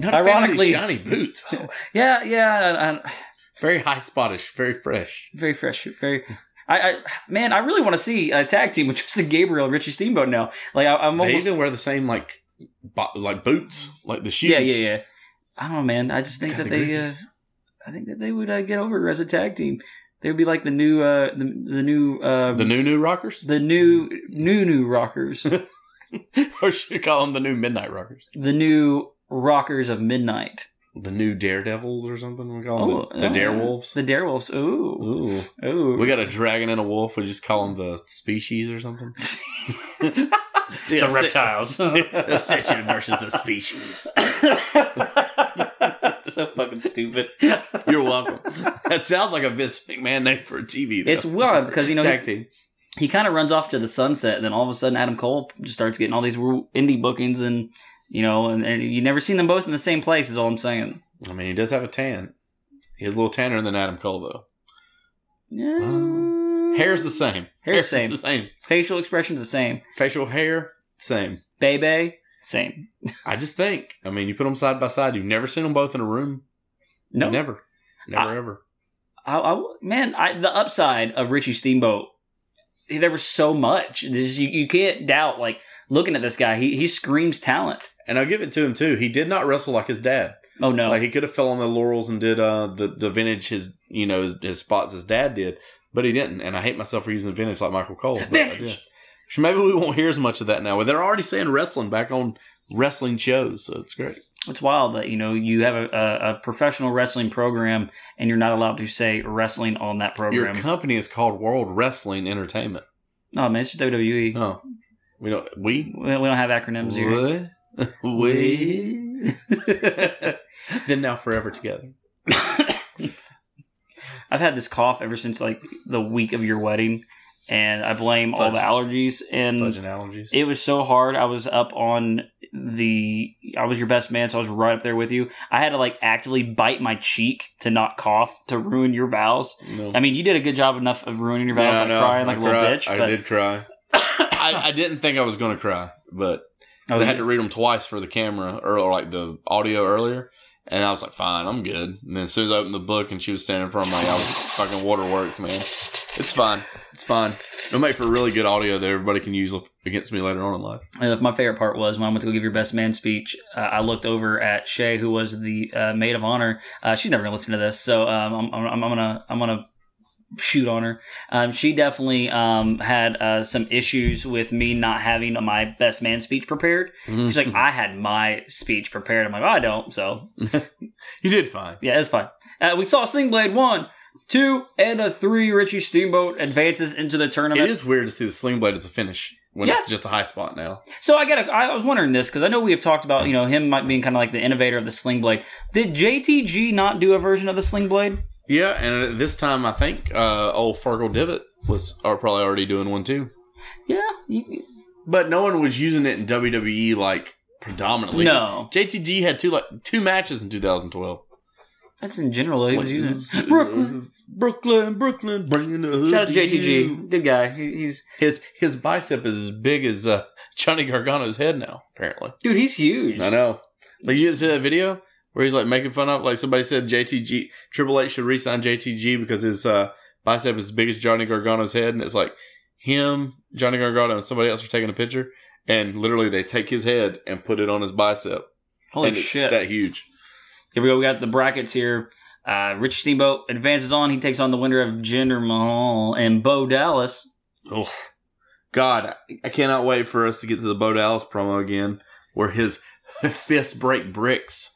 Speaker 3: a fan of
Speaker 2: Ironically-
Speaker 3: these shiny boots.
Speaker 2: yeah, yeah, I, I,
Speaker 3: Very high spottish, very fresh.
Speaker 2: very fresh, very. I, I man, I really want to see a tag team with Justin Gabriel and Richie Steamboat now. Like I, I'm
Speaker 3: They
Speaker 2: almost
Speaker 3: even wear the same like bo- like boots, like the shoes.
Speaker 2: yeah, yeah, yeah. I don't know, man. I just think
Speaker 3: God,
Speaker 2: that
Speaker 3: the
Speaker 2: they, uh,
Speaker 3: Gritties.
Speaker 2: I think that they would uh, get over as a tag team. They would be like the new, uh, the, the new, uh,
Speaker 3: the new new rockers,
Speaker 2: the new, new, new rockers,
Speaker 3: or should we call them the new midnight rockers,
Speaker 2: the new rockers of midnight.
Speaker 3: the new daredevils or something? We call them the, the
Speaker 2: oh,
Speaker 3: darewolves.
Speaker 2: the darewolves. Ooh,
Speaker 3: Ooh,
Speaker 2: ooh.
Speaker 3: we got a dragon and a wolf. We just call them the species or something. Yeah, se- the section versus the species.
Speaker 2: so fucking stupid.
Speaker 3: You're welcome. That sounds like a Vince McMahon name for a TV. Though.
Speaker 2: It's wild because you know
Speaker 3: tag
Speaker 2: he-
Speaker 3: team.
Speaker 2: he kind of runs off to the sunset, and then all of a sudden Adam Cole just starts getting all these ru- indie bookings, and you know, and, and you never seen them both in the same place. Is all I'm saying.
Speaker 3: I mean, he does have a tan. He has a little tanner than Adam Cole though.
Speaker 2: Yeah.
Speaker 3: Hair's the same.
Speaker 2: Hair's same.
Speaker 3: the same.
Speaker 2: facial expression's the same.
Speaker 3: Facial hair same.
Speaker 2: Bebe, same.
Speaker 3: I just think. I mean, you put them side by side. You've never seen them both in a room.
Speaker 2: No,
Speaker 3: never, never
Speaker 2: I-
Speaker 3: ever.
Speaker 2: I, I, man, I, the upside of Richie Steamboat, there was so much. There's, you, you can't doubt. Like looking at this guy, he he screams talent.
Speaker 3: And I'll give it to him too. He did not wrestle like his dad.
Speaker 2: Oh no,
Speaker 3: Like he could have fell on the laurels and did uh the the vintage his you know his, his spots his dad did, but he didn't. And I hate myself for using vintage like Michael Cole. but I
Speaker 2: Vintage!
Speaker 3: did. So maybe we won't hear as much of that now. But they're already saying wrestling back on wrestling shows, so it's great.
Speaker 2: it's wild that you know you have a, a, a professional wrestling program and you're not allowed to say wrestling on that
Speaker 3: Your
Speaker 2: program.
Speaker 3: company is called World Wrestling Entertainment.
Speaker 2: No, man, it's just WWE.
Speaker 3: Oh, we don't
Speaker 2: We
Speaker 3: we
Speaker 2: we don't have acronyms here.
Speaker 3: What? we then now forever together.
Speaker 2: I've had this cough ever since like the week of your wedding, and I blame all the allergies and
Speaker 3: Fudge and allergies.
Speaker 2: It was so hard. I was up on the. I was your best man, so I was right up there with you. I had to like actively bite my cheek to not cough to ruin your vows.
Speaker 3: No.
Speaker 2: I mean, you did a good job enough of ruining your vows,
Speaker 3: Yeah, I
Speaker 2: like
Speaker 3: know.
Speaker 2: crying like a little
Speaker 3: cried.
Speaker 2: bitch.
Speaker 3: I
Speaker 2: but
Speaker 3: did cry. I, I didn't think I was going to cry, but
Speaker 2: I, was,
Speaker 3: I had to read them twice for the camera or, or like the audio earlier. And I was like, fine, I'm good. And then as soon as I opened the book and she was standing in front of me, I was fucking waterworks, man. It's fine. It's fine. It'll make for really good audio that everybody can use against me later on in life.
Speaker 2: and my favorite part was when I went to go give your best man speech. Uh, I looked over at Shay, who was the uh, maid of honor. Uh, she's never gonna listen to this, so um, I'm, I'm, I'm gonna I'm gonna shoot on her. Um, she definitely um, had uh, some issues with me not having my best man speech prepared. She's like, I had my speech prepared. I'm like, "Well, I don't. So
Speaker 3: you did fine.
Speaker 2: yeah, it's fine. Uh, we saw Sling Blade one, two, and a three. Richie Steamboat advances into the tournament.
Speaker 3: It is weird to see the sling blade as a finish when
Speaker 2: Yeah.
Speaker 3: it's just a high spot now.
Speaker 2: So I got. I was wondering this because I know we have talked about you know him might being kind of like the innovator of the Sling Blade. Did JTG not do a version of the Sling Blade?
Speaker 3: Yeah, and at this time, I think uh, old Fargo Divot was are probably already doing one too.
Speaker 2: Yeah. you-
Speaker 3: But no one was using it in WWE like predominantly.
Speaker 2: No.
Speaker 3: JTG had two like two matches in 2012.
Speaker 2: That's in general. He was
Speaker 3: Like,
Speaker 2: using
Speaker 3: uh,
Speaker 2: Brooklyn.
Speaker 3: Brooklyn, Brooklyn, bringing the hood
Speaker 2: Shout out to
Speaker 3: you.
Speaker 2: JTG. Good guy. He, he's
Speaker 3: His his bicep is as big as uh, Johnny Gargano's head now. Apparently,
Speaker 2: dude. He's huge.
Speaker 3: I know. Like you didn't see that video where he's like making fun of like somebody said JTG Triple H should resign JTG because his uh, bicep is as big as Johnny Gargano's head, and it's like him, Johnny Gargano, and somebody else are taking a picture, and literally they take his head and put it on his bicep.
Speaker 2: Holy
Speaker 3: and it's
Speaker 2: shit.
Speaker 3: that huge.
Speaker 2: Here we go. We got the brackets here. Uh, Rich Steamboat advances on. He takes on the winner of Jinder Mahal and Bo Dallas.
Speaker 3: Oh, God, I- I cannot wait for us to get to the Bo Dallas promo again, where his fists break bricks.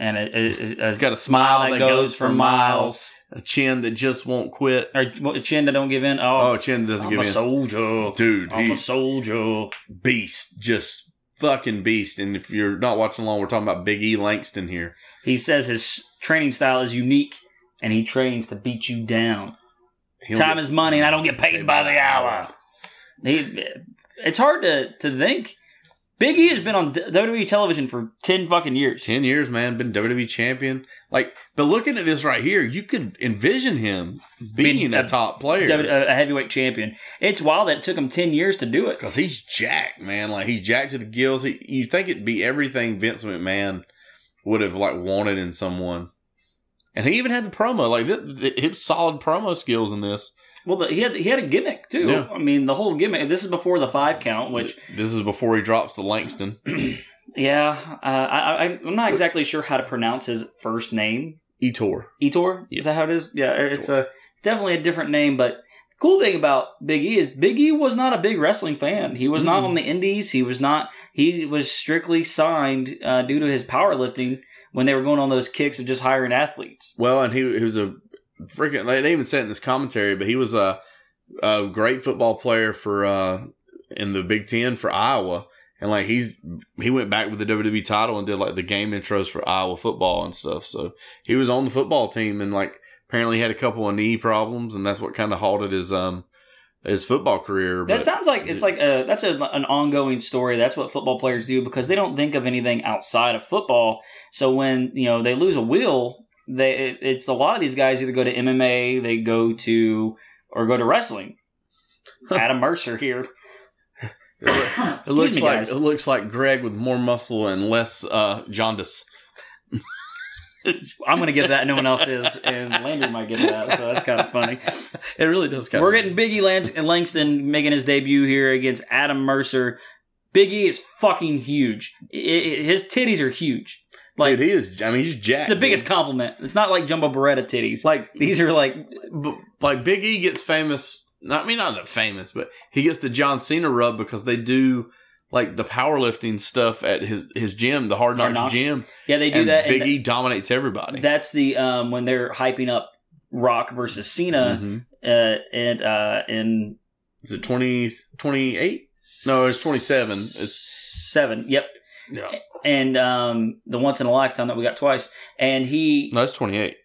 Speaker 2: And it, it, it,
Speaker 3: He's got a smile that, goes, for miles,
Speaker 2: miles.
Speaker 3: a chin that just won't quit.
Speaker 2: Or what, chin that don't give in.
Speaker 3: Oh,
Speaker 2: Oh,
Speaker 3: chin doesn't
Speaker 2: I'm
Speaker 3: give
Speaker 2: a
Speaker 3: in.
Speaker 2: soldier.
Speaker 3: Dude,
Speaker 2: I'm a
Speaker 3: he's
Speaker 2: soldier.
Speaker 3: beast, just fucking beast. And if you're not watching along, we're talking about Big E Langston here.
Speaker 2: He says his training style is unique, and he trains to beat you down.
Speaker 3: He'll
Speaker 2: Time
Speaker 3: get
Speaker 2: is money, and I don't get paid by the hour. He, it's hard to to think. Big E has been on WWE television for ten fucking years.
Speaker 3: Ten years, man, been WWE champion. Like, but looking at this right here, you could envision him being,
Speaker 2: Being
Speaker 3: a,
Speaker 2: a
Speaker 3: top player.
Speaker 2: W- E a a heavyweight champion. It's wild that it took him 10 years to do it.
Speaker 3: Cause he's jacked, man. Like he's jacked to the gills. He, you think it'd be everything Vince McMahon would have like wanted in someone, and he even had the promo. Like th- th- his solid promo skills in this
Speaker 2: Well, the, he had he had a gimmick too.
Speaker 3: Yeah.
Speaker 2: I mean, the whole gimmick. This is before the five count, which
Speaker 3: This is before he drops the Langston.
Speaker 2: yeah, uh, I, I I'm not exactly sure how to pronounce his first name.
Speaker 3: Etor.
Speaker 2: Etor is that how it is? Yeah, it's a definitely a different name. But the cool thing about Big E is Big E was not a big wrestling fan. He was not on the Indies. He was not. He was strictly signed uh, due to his powerlifting when they were going on those kicks of just hiring athletes.
Speaker 3: Well, and he, he was a freaking. They they even said in this commentary, but he was a, a great football player for uh, in the Big Ten for Iowa, and like he's he went back with the WWE title and did like the game intros for Iowa football and stuff. So he was on the football team, and like apparently had a couple of knee problems, and that's what kind of halted his um his football career.
Speaker 2: That
Speaker 3: but-
Speaker 2: sounds like it's like a that's a, an ongoing story. That's what football players do because they don't think of anything outside of football. So when you know they lose a wheel, they it, it's a lot of these guys either go to MMA, they go to or go to wrestling. Adam Mercer here.
Speaker 3: it
Speaker 2: Excuse
Speaker 3: looks
Speaker 2: me,
Speaker 3: like
Speaker 2: guys.
Speaker 3: it looks like Greg with more muscle and less uh, jaundice.
Speaker 2: I'm gonna get that. No one else is, and Landry might get that. So that's kind of funny.
Speaker 3: It really does. Kind
Speaker 2: We're getting Biggie Lance and Langston making his debut here against Adam Mercer. Biggie is fucking huge. I- I- his titties are huge. Like
Speaker 3: dude. He is. I mean, he's jacked.
Speaker 2: It's the
Speaker 3: dude.
Speaker 2: biggest compliment. It's not like Jumbo Beretta titties.
Speaker 3: Like
Speaker 2: These are like
Speaker 3: but like Big E gets famous. Not I mean not that famous, but he gets the John Cena rub because they do like the powerlifting stuff at his his gym, the Hard
Speaker 2: Hard
Speaker 3: Knocks,
Speaker 2: Knocks.
Speaker 3: gym.
Speaker 2: yeah, they do
Speaker 3: and
Speaker 2: that.
Speaker 3: Big
Speaker 2: and
Speaker 3: E dominates everybody.
Speaker 2: That's the um when they're hyping up Rock versus Cena
Speaker 3: Mhm.
Speaker 2: uh, and uh in
Speaker 3: Is it 20, 28? No, it's 27. It's
Speaker 2: seven. Yep,
Speaker 3: yeah.
Speaker 2: and um the once in a lifetime that we got twice, and he
Speaker 3: no, it's twenty eight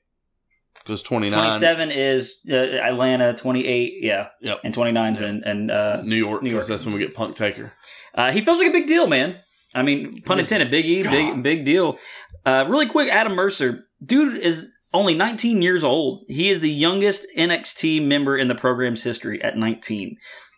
Speaker 3: because twenty
Speaker 2: twenty
Speaker 3: nine
Speaker 2: seven is uh, Atlanta, twenty eight, yeah,
Speaker 3: Yep.
Speaker 2: and twenty nine's and and uh,
Speaker 3: New York
Speaker 2: New York.
Speaker 3: because that's when we get Punk Taker.
Speaker 2: Uh, he feels like a big deal, man. I mean, pun
Speaker 3: Just-
Speaker 2: intended, Big E, big
Speaker 3: God.
Speaker 2: big deal. Uh, really quick, Adam Mercer, dude is only 19 years old. He is the youngest NXT member in the program's history at 19.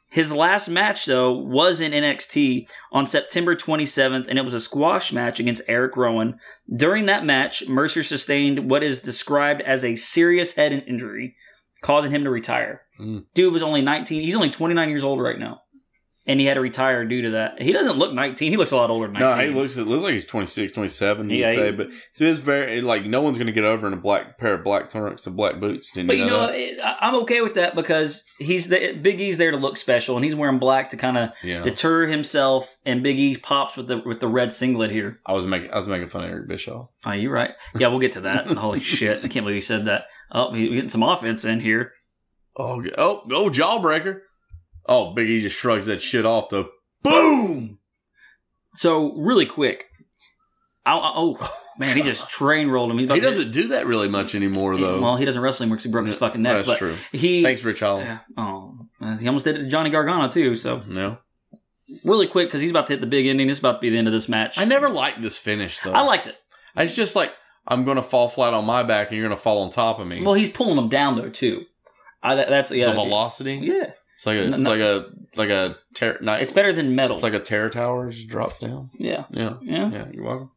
Speaker 2: His last match though was in NXT on September 27th, and it was a squash match against Eric Rowan. During that match, Mercer sustained what is described as a serious head injury, causing him to retire.
Speaker 3: Mm.
Speaker 2: Dude was only 19. He's only 29 years old right now and he had to retire due to that. He doesn't look 19. He looks a lot older than 19.
Speaker 3: No, he looks it looks like he's 26, 27, you
Speaker 2: Yeah,
Speaker 3: would
Speaker 2: he-
Speaker 3: say, but it is very like no one's gonna get over in a black pair of black trunks and black boots. Didn't
Speaker 2: but you know,
Speaker 3: that?
Speaker 2: it- I- I'm okay with that because he's the Big E's there to look special, and he's wearing black to kind of
Speaker 3: yeah.
Speaker 2: deter himself. And Big E pops with the with the red singlet here.
Speaker 3: I was making I was making fun of Eric Bischoff.
Speaker 2: Oh, you're right. Yeah, we'll get to that. Holy shit! I can't believe you said that. Oh, we're getting some offense in here.
Speaker 3: Oh, g- oh, oh, jawbreaker. Oh, Big E just shrugs that shit off though. Boom.
Speaker 2: So really quick, I, I- oh man, he just train rolled him. He's about
Speaker 3: He
Speaker 2: to-
Speaker 3: doesn't do that really much anymore though.
Speaker 2: Well, he doesn't wrestle anymore because he broke his fucking neck.
Speaker 3: That's
Speaker 2: but
Speaker 3: true.
Speaker 2: He
Speaker 3: Thanks, Rich Holland.
Speaker 2: Yeah. Oh, he almost did it to Johnny Gargano too. So
Speaker 3: No,
Speaker 2: really quick because he's about to hit the big ending. It's about to be the end of this match.
Speaker 3: I never liked this finish though.
Speaker 2: I liked it.
Speaker 3: It's just like I'm gonna fall flat on my back and you're gonna fall on top of me.
Speaker 2: Well, he's pulling him down though too. I, that, that's yeah.
Speaker 3: the velocity.
Speaker 2: Yeah,
Speaker 3: It's like a,
Speaker 2: No,
Speaker 3: it's
Speaker 2: no.
Speaker 3: like a, like a ter- not,
Speaker 2: it's better than metal.
Speaker 3: It's like a terror tower just drops down.
Speaker 2: yeah,
Speaker 3: Yeah,
Speaker 2: yeah.
Speaker 3: yeah. You're welcome.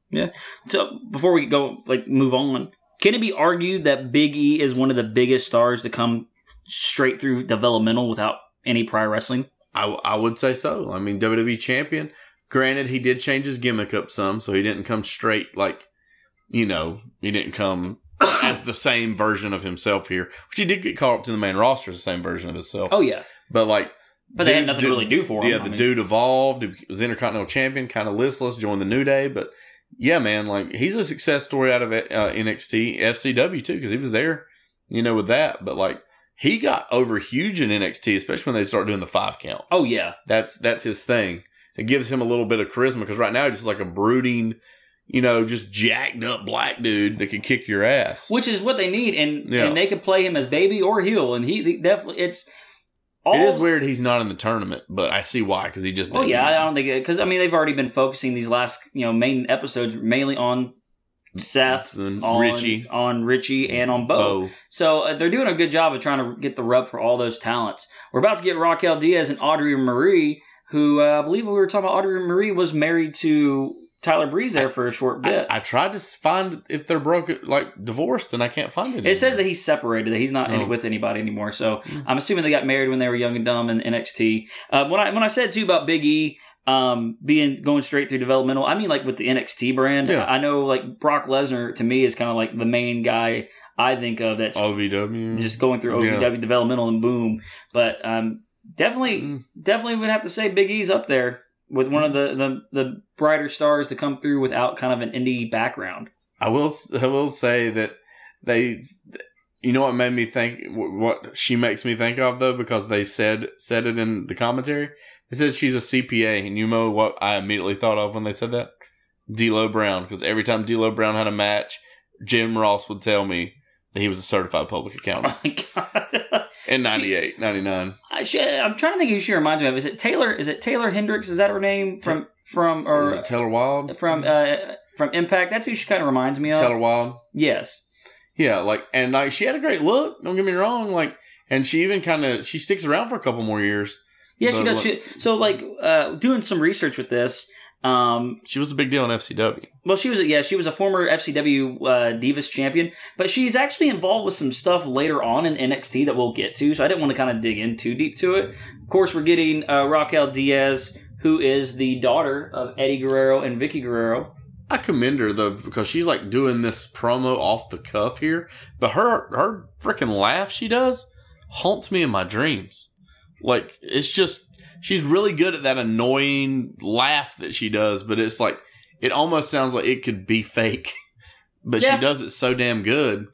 Speaker 2: So before we go, like move on, can it be argued that Big E is one of the biggest stars to come straight through developmental without any prior wrestling?
Speaker 3: I, I would say so. I mean, WWE champion. Granted, he did change his gimmick up some, so he didn't come straight like, you know, he didn't come as the same version of himself here, which he did get called up to the main roster as the same version of himself.
Speaker 2: Oh yeah,
Speaker 3: But like,
Speaker 2: but they had
Speaker 3: dude-
Speaker 2: nothing
Speaker 3: dude-
Speaker 2: to really do for him.
Speaker 3: Yeah,
Speaker 2: I
Speaker 3: the
Speaker 2: mean,
Speaker 3: dude evolved. He was intercontinental champion, kind of listless, joined the New Day, but yeah, man, like he's a success story out of uh, NXT, FCW too, because he was there, you know, with that. But like he got over huge in NXT, especially when they start doing the five count.
Speaker 2: Oh yeah,
Speaker 3: That's that's his thing. It gives him a little bit of charisma because right now he's just like a brooding, you know, just jacked up black dude that can kick your ass.
Speaker 2: which is what they need, and
Speaker 3: Yeah.
Speaker 2: and they can play him as baby or heel, and he, he definitely it's. All
Speaker 3: It is weird he's not in the tournament, but I see why because he just.
Speaker 2: Well,
Speaker 3: didn't.
Speaker 2: yeah, I don't think because I mean they've already been focusing these last you know main episodes mainly on Seth,
Speaker 3: And
Speaker 2: on
Speaker 3: Richie.
Speaker 2: on Richie, and on Bo.
Speaker 3: Oh,
Speaker 2: So uh, they're doing a good job of trying to get the rub for all those talents. We're about to get Raquel Diaz and Audrey Marie, who uh, I believe we were talking about. Audrey Marie was married to Tyler Breeze there for a short bit.
Speaker 3: I, I tried to find if they're broken, like divorced, and I can't find it.
Speaker 2: it says that he's separated, that he's not in,
Speaker 3: Oh. Hmm.
Speaker 2: with anybody anymore. So I'm assuming they got married when they were young and dumb in NXT. Um, when I when I said too about Big E um, being going straight through developmental, I mean like with the NXT brand.
Speaker 3: Yeah.
Speaker 2: I know like Brock Lesnar to me is kind of like the main guy I think of that's
Speaker 3: OVW.
Speaker 2: just going through
Speaker 3: Oh, Yeah.
Speaker 2: OVW developmental and boom. But um, definitely,
Speaker 3: Mm.
Speaker 2: definitely would have to say Big E's up there with one of the, the the brighter stars to come through without kind of an indie background.
Speaker 3: I will. s- I will say that they. You know what made me think? wh- What she makes me think of though, because they said said it in the commentary. They said she's a CPA, and you know what I immediately thought of when they said that? D'Lo Brown, because every time D'Lo Brown had a match, Jim Ross would tell me that he was a certified public accountant
Speaker 2: Oh my god.
Speaker 3: in 98, 99.
Speaker 2: I sh- I'm trying to think who she reminds me of. Is it Taylor? Is it Taylor Hendricks? Is that her name from from
Speaker 3: Or
Speaker 2: or
Speaker 3: Taylor Wilde?
Speaker 2: from uh, from Impact? That's who she kind of reminds me of.
Speaker 3: Taylor Wilde.
Speaker 2: Yes.
Speaker 3: Yeah, like and like she had a great look. Don't get me wrong. Like and she even kind of she sticks around for a couple more years.
Speaker 2: Yeah, she
Speaker 3: But
Speaker 2: does.
Speaker 3: what-
Speaker 2: She, so, like, uh, doing some research with this, um,
Speaker 3: She was a big deal in FCW.
Speaker 2: Well, she was a, yeah, she was a former FCW uh, Divas champion, but she's actually involved with some stuff later on in NXT that we'll get to. So I didn't want to kind of dig in too deep to it. Of course, we're getting uh, Raquel Diaz, who is the daughter of Eddie Guerrero and Vicky Guerrero.
Speaker 3: I commend her though because she's like doing this promo off the cuff here, but her her freaking laugh she does haunts me in my dreams. Like it's just she's really good at that annoying laugh that she does, but it's like it almost sounds like it could be fake, but
Speaker 2: Yeah.
Speaker 3: she does it so damn good.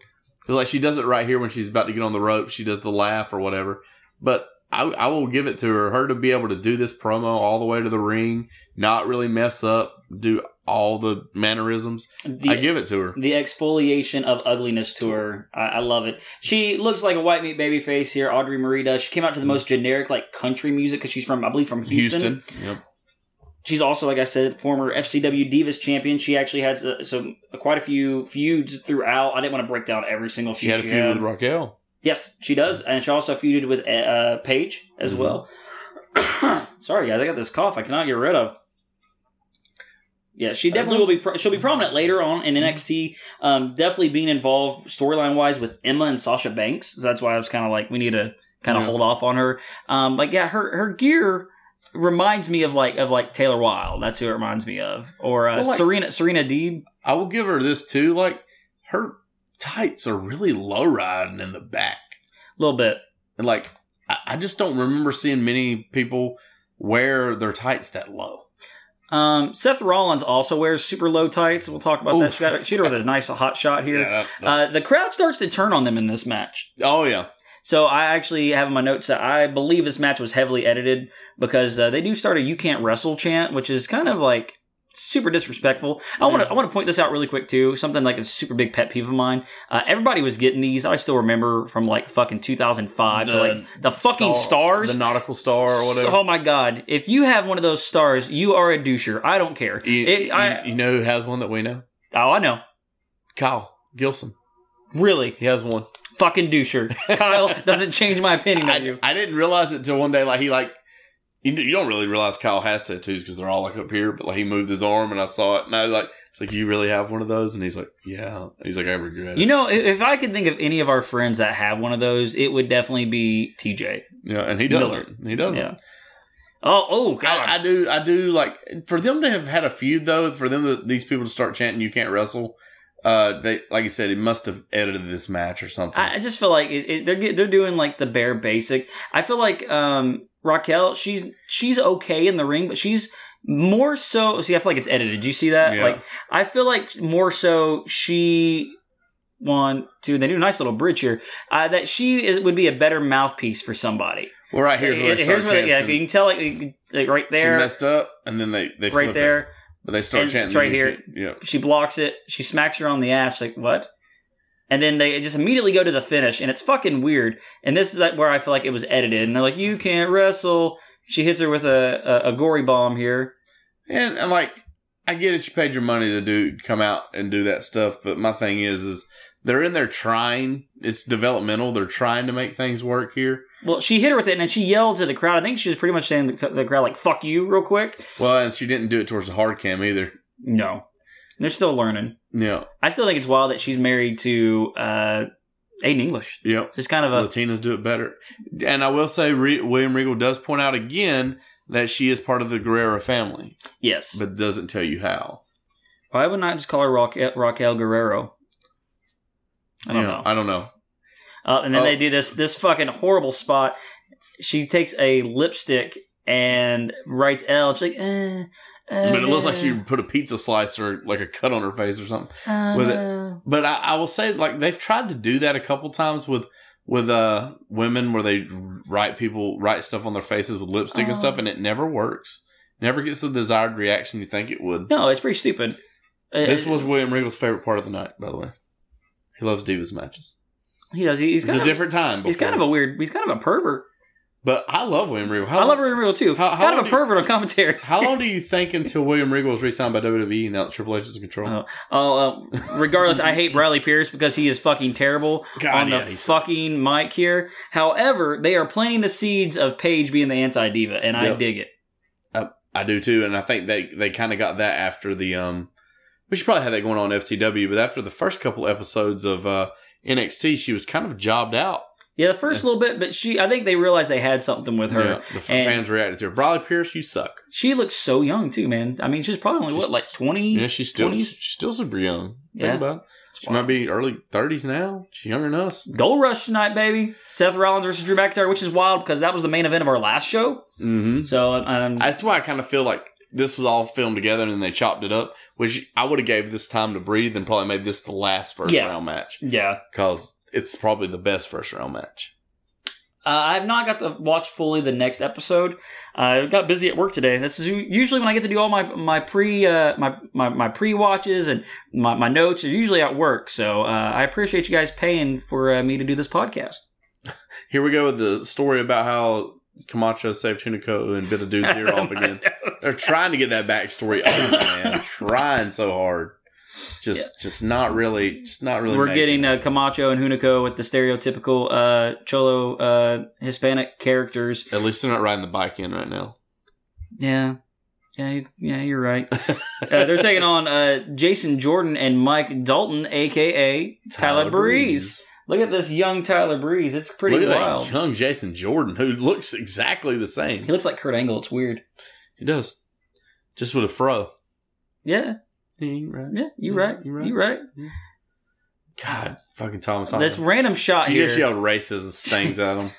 Speaker 3: 'Cause, like she does it right here when she's about to get on the rope, she does the laugh or whatever. But I, I will give it to her. Her to be able to do this promo all the way to the ring, not really mess up, do all the mannerisms.
Speaker 2: The,
Speaker 3: I give it to her.
Speaker 2: the exfoliation of ugliness to her. I, I love it. She looks like a white meat baby face here, Audrey Marita. She came out to the most generic like country music because she's from, I believe, from
Speaker 3: Hmm. Houston. Yep.
Speaker 2: She's also, like I said, former FCW Divas champion. She actually had uh, some quite a few feuds throughout. I didn't want to break down every single feud.
Speaker 3: She had a feud with Raquel.
Speaker 2: Yes, she does, and she also feuded with uh, Paige as
Speaker 3: Mhm.
Speaker 2: well. Sorry, guys, I got this cough I cannot get rid of. Yeah, she definitely will be. Pro- she'll be prominent later on
Speaker 3: Mm-hmm.
Speaker 2: in NXT. Um, definitely being involved storyline wise with Emma and Sasha Banks. So that's why I was kind of like, we need to kind of
Speaker 3: Yeah.
Speaker 2: hold off on her. Um, like yeah, her her gear reminds me of like of like Taylor Wilde. That's who it reminds me of, or uh,
Speaker 3: Well, like-
Speaker 2: Serena Serena Deeb.
Speaker 3: I will give her this too. Like her tights are really low riding in the back.
Speaker 2: A little bit.
Speaker 3: And like I, I just don't remember seeing many people wear their tights that low.
Speaker 2: Um, Seth Rollins also wears super low tights. We'll talk about
Speaker 3: Ooh.
Speaker 2: that. She got, she got a nice hot shot here.
Speaker 3: Yeah, that-
Speaker 2: Uh, the crowd starts to turn on them in this match.
Speaker 3: oh yeah.
Speaker 2: So I actually have in my notes that I believe this match was heavily edited because uh, they do start a "You Can't Wrestle" chant, which is kind of like super disrespectful. I want to I want to point this out really quick too. Something like a super big pet peeve of mine. Uh, everybody was getting these. I still remember from like fucking 2005 to
Speaker 3: The
Speaker 2: like the fucking
Speaker 3: Star-
Speaker 2: stars.
Speaker 3: the nautical star or whatever.
Speaker 2: Oh my god! If you have one of those stars, you are a doucher. I don't care.
Speaker 3: You,
Speaker 2: It- I,
Speaker 3: you- you know who has one that we know?
Speaker 2: Oh, I know.
Speaker 3: Kyle Gilson.
Speaker 2: Really,
Speaker 3: He has one.
Speaker 2: fucking doucher. Kyle doesn't change my opinion on
Speaker 3: I,
Speaker 2: you.
Speaker 3: I didn't realize it until one day. Like he like you, you don't really realize Kyle has tattoos because they're all like up here. But like he moved his arm and I saw it and I was like it's like you really have one of those and he's like yeah. He's like I regret
Speaker 2: You
Speaker 3: it.
Speaker 2: know, i- if I could think of any of our friends that have one of those, it would definitely be TJ.
Speaker 3: Yeah, and he doesn't. He doesn't.
Speaker 2: Yeah. Oh, oh, God.
Speaker 3: I, I do. I do like for them to have had a feud though. For them, to, these people to start chanting "You can't wrestle." Uh, they like you said, he must have edited this match or something.
Speaker 2: I, I just feel like it, it, they're get- they're doing like the bare basic. I feel like um, Raquel, she's she's okay in the ring, but she's more so. See, I feel like it's edited. Do you see that?
Speaker 3: Yeah.
Speaker 2: Like, I feel like more so she one two. They do a nice little bridge here. Uh, that she is would be a better mouthpiece for somebody. Uh,
Speaker 3: well, right here's where they
Speaker 2: Here's
Speaker 3: start
Speaker 2: where they- yeah,
Speaker 3: chanting.
Speaker 2: you can tell like, like right
Speaker 3: she
Speaker 2: there,
Speaker 3: messed up, and then they they flip
Speaker 2: right
Speaker 3: it.
Speaker 2: there.
Speaker 3: but they start
Speaker 2: And
Speaker 3: chanting
Speaker 2: it's right
Speaker 3: "You
Speaker 2: here."
Speaker 3: can't-" Yeah,
Speaker 2: She blocks it. She smacks her on the ass. Like what? And then they just immediately go to the finish, and it's fucking weird. And this is like where I feel like it was edited. And they're like, "You can't wrestle." She hits her with a a, a gory bomb here.
Speaker 3: and and like I get it, you paid your money to do come out and do that stuff, but my thing is is they're in there trying. It's developmental. They're trying to make things work here.
Speaker 2: Well, she hit her with it, and then she yelled to the crowd. I think she was pretty much saying to the crowd like "fuck you" real quick.
Speaker 3: Well, and she didn't do it towards the hard cam either.
Speaker 2: No, they're still learning.
Speaker 3: Yeah.
Speaker 2: I still think it's wild that she's married to uh, Aiden English.
Speaker 3: Yep.
Speaker 2: Just kind of a
Speaker 3: Latinas do it better. And I will say, Re- William Regal does point out again that she is part of the Guerrera family,
Speaker 2: yes.
Speaker 3: but doesn't tell you how.
Speaker 2: Why would not just call her Raquel, Raquel Guerrero? I don't
Speaker 3: Yeah,
Speaker 2: know.
Speaker 3: I don't know.
Speaker 2: Uh, and then
Speaker 3: Oh.
Speaker 2: they do this this fucking horrible spot. She takes a lipstick and writes L. She's like, eh, uh,
Speaker 3: But it looks like she put a pizza slice or like a cut on her face or something.
Speaker 2: uh,
Speaker 3: with But I, I will say, like they've tried to do that a couple times with with uh women where they write people write stuff on their faces with lipstick and
Speaker 2: Oh.
Speaker 3: stuff, and it never works. Never gets the desired reaction you think it would.
Speaker 2: No, it's pretty stupid. Uh,
Speaker 3: This was William Regal's favorite part of the night, by the way. He loves divas matches.
Speaker 2: he does. He's
Speaker 3: It's
Speaker 2: kind
Speaker 3: a
Speaker 2: of
Speaker 3: different time.
Speaker 2: He's kind of a weird. He's kind of a pervert.
Speaker 3: But I love William Regal. How,
Speaker 2: I love Rui Regal too.
Speaker 3: how- how
Speaker 2: kind of a
Speaker 3: old do you-
Speaker 2: pervert on commentary.
Speaker 3: How long do you think until William Regal was re-signed by WWE and now that Triple H is in control?
Speaker 2: Oh, Oh, uh, regardless, I hate Bradley Pierce because he is fucking terrible
Speaker 3: God,
Speaker 2: on the
Speaker 3: yeah, he sucks.
Speaker 2: fucking mic here. However, they are planting the seeds of Paige being the anti diva, and I
Speaker 3: Yep.
Speaker 2: dig it.
Speaker 3: I do too, and I think they they kind of got that after the um. We should probably have that going on FCW, but after the first couple episodes of uh, NXT, she was kind of jobbed out.
Speaker 2: Yeah, the first little bit, but she, I think they realized they had something with her.
Speaker 3: Yeah, the f-
Speaker 2: And-
Speaker 3: fans reacted to her. Bradley Pierce, you suck.
Speaker 2: She looks so young too, man. I mean, she's probably only what,
Speaker 3: She's-
Speaker 2: like twenty?
Speaker 3: Yeah, she's still
Speaker 2: 20s?
Speaker 3: she's still super young.
Speaker 2: Yeah.
Speaker 3: Think about it. She might be early thirties now. She's younger than us.
Speaker 2: Gold Rush tonight, baby. Seth Rollins versus Drew McIntyre, which is wild because that was the main event of our last show.
Speaker 3: Mm-hmm.
Speaker 2: So um,
Speaker 3: That's why I kind of feel like this was all filmed together and then they chopped it up, which I would have gave this time to breathe and probably made this the last first
Speaker 2: Yeah.
Speaker 3: round match
Speaker 2: yeah,
Speaker 3: because it's probably the best first round match.
Speaker 2: Uh, I've not got to watch fully the next episode. I got busy at work today. This is u- usually when I get to do all my my pre uh, my, my my pre watches and my, my notes are usually at work. So uh, I appreciate you guys paying for uh, me to do this podcast.
Speaker 3: Here we go with the story about how Camacho saved Tunico and bit a dude's ear off again. They're trying to get that backstory. Oh man, trying so hard. Just, just not really, just not really.
Speaker 2: We're
Speaker 3: making
Speaker 2: getting
Speaker 3: it.
Speaker 2: uh, Camacho and Hunico with the stereotypical uh, Cholo uh, Hispanic characters.
Speaker 3: At least they're not riding the bike in right now.
Speaker 2: Yeah. Yeah, you- yeah, you're right. Uh, they're taking on uh, Jason Jordan and Mike Dalton, aka Tyler, Breeze. Look at this young Tyler Breeze. It's pretty
Speaker 3: Look at
Speaker 2: wild.
Speaker 3: that young Jason Jordan who looks exactly the same.
Speaker 2: He looks like Kurt Angle. It's weird.
Speaker 3: He does. Just with a fro.
Speaker 2: Yeah,
Speaker 3: Right.
Speaker 2: yeah, you're
Speaker 3: Yeah,
Speaker 2: right.
Speaker 3: you're
Speaker 2: You're
Speaker 3: right.
Speaker 2: right.
Speaker 3: God, fucking Tom Tom.
Speaker 2: This random shot
Speaker 3: She just
Speaker 2: here.
Speaker 3: yelled racist things at him.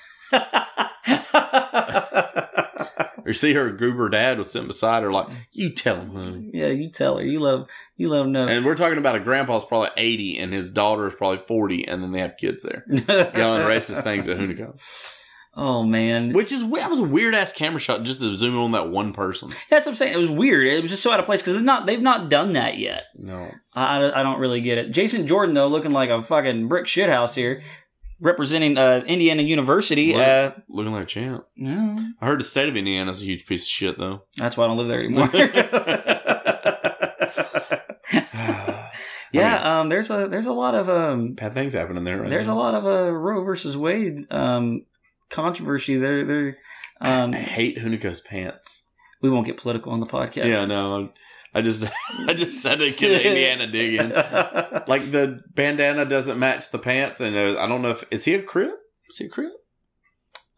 Speaker 3: Or see her goober dad was sitting beside her like, you tell him, honey.
Speaker 2: yeah, you tell her. You love. You let him know.
Speaker 3: And we're talking about a grandpa's probably 80 and his daughter is probably 40 and then they have kids there. Yelling racist things at Hunico.
Speaker 2: oh man,
Speaker 3: Which is, we- that was a weird ass camera shot just to zoom in on that one person.
Speaker 2: that's what I'm saying. It was weird. It was just so out of place because they've not they've not done that yet.
Speaker 3: No.
Speaker 2: I, I- I don't really get it. Jason Jordan though, looking like a fucking brick shithouse here, representing uh, Indiana University.
Speaker 3: Look.
Speaker 2: Uh,
Speaker 3: Looking like a champ.
Speaker 2: yeah,
Speaker 3: I heard the state of Indiana's a huge piece of shit though.
Speaker 2: that's why I don't live there anymore. yeah,
Speaker 3: uh,
Speaker 2: um, there's a there's a lot of um,
Speaker 3: Bad things happening there right
Speaker 2: There's a
Speaker 3: now.
Speaker 2: lot of uh, Roe versus Wade um, controversy. There, there. Um,
Speaker 3: I hate Hunico's pants.
Speaker 2: we won't get political on the podcast.
Speaker 3: Yeah, no, I just I just said it because Indiana digging. Like the bandana doesn't match the pants, and uh, I don't know if is he a crip? Is he a crip?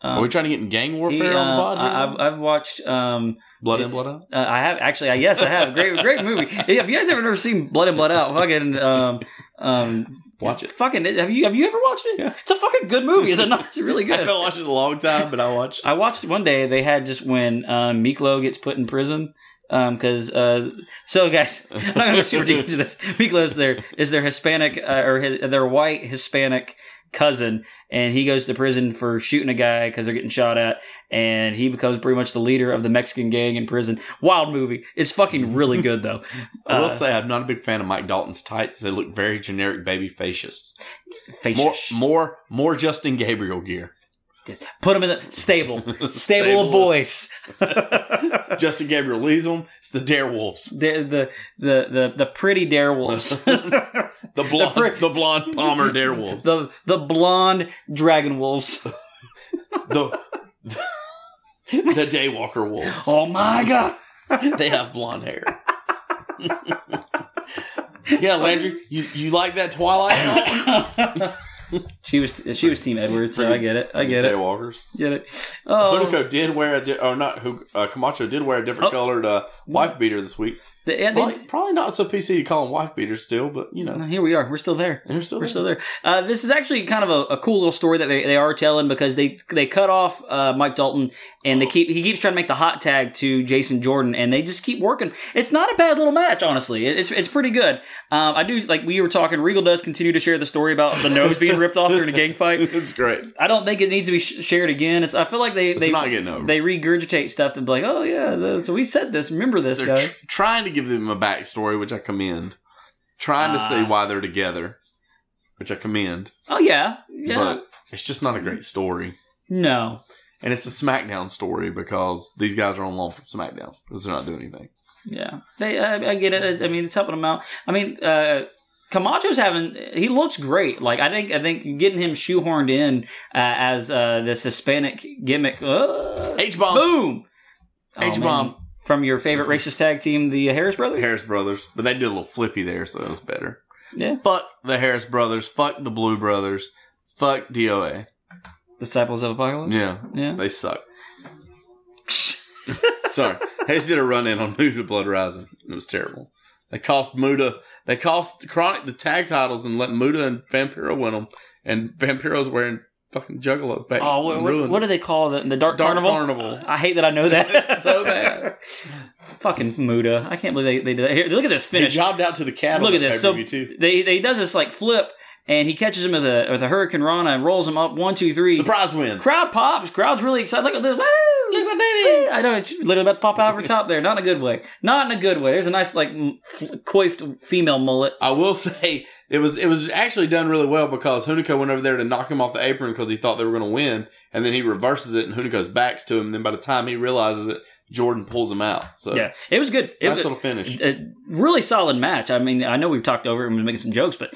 Speaker 2: Um,
Speaker 3: Are we trying to get in gang warfare
Speaker 2: he,
Speaker 3: on the
Speaker 2: uh,
Speaker 3: pod?
Speaker 2: I,
Speaker 3: here?
Speaker 2: have I've watched. Um,
Speaker 3: blood in, blood out.
Speaker 2: uh, I have actually. I yes, I have. Great, great movie. If you guys have ever seen Blood and Blood Out, fucking. Um, um,
Speaker 3: Watch it.
Speaker 2: Fucking. Have you have you ever watched it?
Speaker 3: Yeah.
Speaker 2: It's a fucking good movie. Is it not? It's really
Speaker 3: I
Speaker 2: good.
Speaker 3: haven't watched it in a long time, but I watched.
Speaker 2: I watched one day they had just when um, Miklo gets put in prison because uh, so guys I'm not gonna go super deep into this. Miklo is their is their Hispanic uh, or his, their white Hispanic cousin, and he goes to prison for shooting a guy because they're getting shot at, and he becomes pretty much the leader of the Mexican gang in prison. Wild movie. It's fucking really good though.
Speaker 3: I will
Speaker 2: Uh,
Speaker 3: say I'm not a big fan of Mike Dalton's tights. They look very generic baby facious. More,
Speaker 2: facious.
Speaker 3: more, more Justin Gabriel gear.
Speaker 2: Just Put him in the stable, stable,
Speaker 3: Stable.
Speaker 2: of boys.
Speaker 3: Justin Gabriel leaves them. It's the Darewolves.
Speaker 2: The the the the, the pretty darewolves.
Speaker 3: The blonde, the,
Speaker 2: pre-
Speaker 3: blonde Palmer Darewolves.
Speaker 2: the the blonde dragon wolves.
Speaker 3: the the Daywalker wolves.
Speaker 2: Oh my god!
Speaker 3: They have blonde hair. Yeah, Landry, you, you like that Twilight? novel?
Speaker 2: she was she was Team Edward, so I get it. I get it.
Speaker 3: Daywalkers.
Speaker 2: Get it. Oh,
Speaker 3: Hunico did wear a di- or not who uh, Camacho did wear a different
Speaker 2: Oh.
Speaker 3: colored uh, wife beater this week.
Speaker 2: the, and
Speaker 3: Probably, probably not so PC to call them wife beaters still, but you know
Speaker 2: they- here we are. We're still there.
Speaker 3: they're still
Speaker 2: We're still there. Uh, this is actually kind of a, a cool little story that they, they are telling because they they cut off uh, Mike Dalton and they keep he keeps trying to make the hot tag to Jason Jordan and they just keep working. It's not a bad little match, honestly. It- It's it's pretty good. Um, I do like we were talking. Regal does continue to share the story about the nose being ripped off during a gang fight.
Speaker 3: It's great.
Speaker 2: I don't think it needs to be sh- shared again. It's I feel like they
Speaker 3: It's
Speaker 2: they
Speaker 3: not getting over.
Speaker 2: they regurgitate stuff to be like, oh yeah, th- so we said this. Remember this,
Speaker 3: They're
Speaker 2: guys.
Speaker 3: tr- trying to give them a backstory, which I commend. Trying
Speaker 2: Ah.
Speaker 3: to say why they're together, which I commend.
Speaker 2: Oh yeah, yeah.
Speaker 3: But it's just not a great story.
Speaker 2: no,
Speaker 3: And it's a SmackDown story because these guys are on loan from SmackDown because they're not doing anything.
Speaker 2: yeah. They, I, I get it. I mean, it's helping them out. I mean, uh, Camacho's having. He looks great. Like I think, I think getting him shoehorned in uh, as uh, this Hispanic gimmick. Uh,
Speaker 3: H bomb,
Speaker 2: boom. Oh,
Speaker 3: H bomb,
Speaker 2: man. From your favorite racist tag team, the Harris brothers.
Speaker 3: Mm-hmm. Harris Brothers, but they did a little flippy there, so it was better.
Speaker 2: Yeah.
Speaker 3: Fuck the Harris Brothers. Fuck the Blue Brothers. Fuck DOA.
Speaker 2: Disciples of Apocalypse.
Speaker 3: Yeah,
Speaker 2: Yeah.
Speaker 3: they suck. Sorry, I just did a run in on Muda Blood Rising. It was terrible. They cost Muda. They cost Chronic the tag titles and let Muda and Vampiro win them. And Vampiro's wearing fucking Juggalo back.
Speaker 2: Oh, what,
Speaker 3: and
Speaker 2: what,
Speaker 3: ruined
Speaker 2: what do
Speaker 3: it.
Speaker 2: they call the, the Dark,
Speaker 3: Dark
Speaker 2: Carnival?
Speaker 3: Carnival.
Speaker 2: I hate that I know that.
Speaker 3: so bad?
Speaker 2: Fucking Muda. I can't believe they, they did that. Here, look at this
Speaker 3: He
Speaker 2: finish.
Speaker 3: jobbed out to the cabin.
Speaker 2: Look at this. So
Speaker 3: too.
Speaker 2: they, they does this like flip and he catches him with a with a hurricane rana and rolls him up one two three.
Speaker 3: surprise win.
Speaker 2: Crowd pops. Crowd's really excited. Look at this. Woo!
Speaker 3: Look at my baby.
Speaker 2: I know it's literally about to pop out of her top there. Not in a good way. Not in a good way. There's a nice like m- f- coiffed female mullet.
Speaker 3: I will say it was it was actually done really well because Hunico went over there to knock him off the apron because he thought they were going to win, and then he reverses it and Hunico's backs to him. And then by the time he realizes it, Jordan pulls him out. So
Speaker 2: Yeah, it was good. It
Speaker 3: nice
Speaker 2: was
Speaker 3: little finish.
Speaker 2: a, a really solid match. I mean, I know we've talked over it and we're making some jokes, but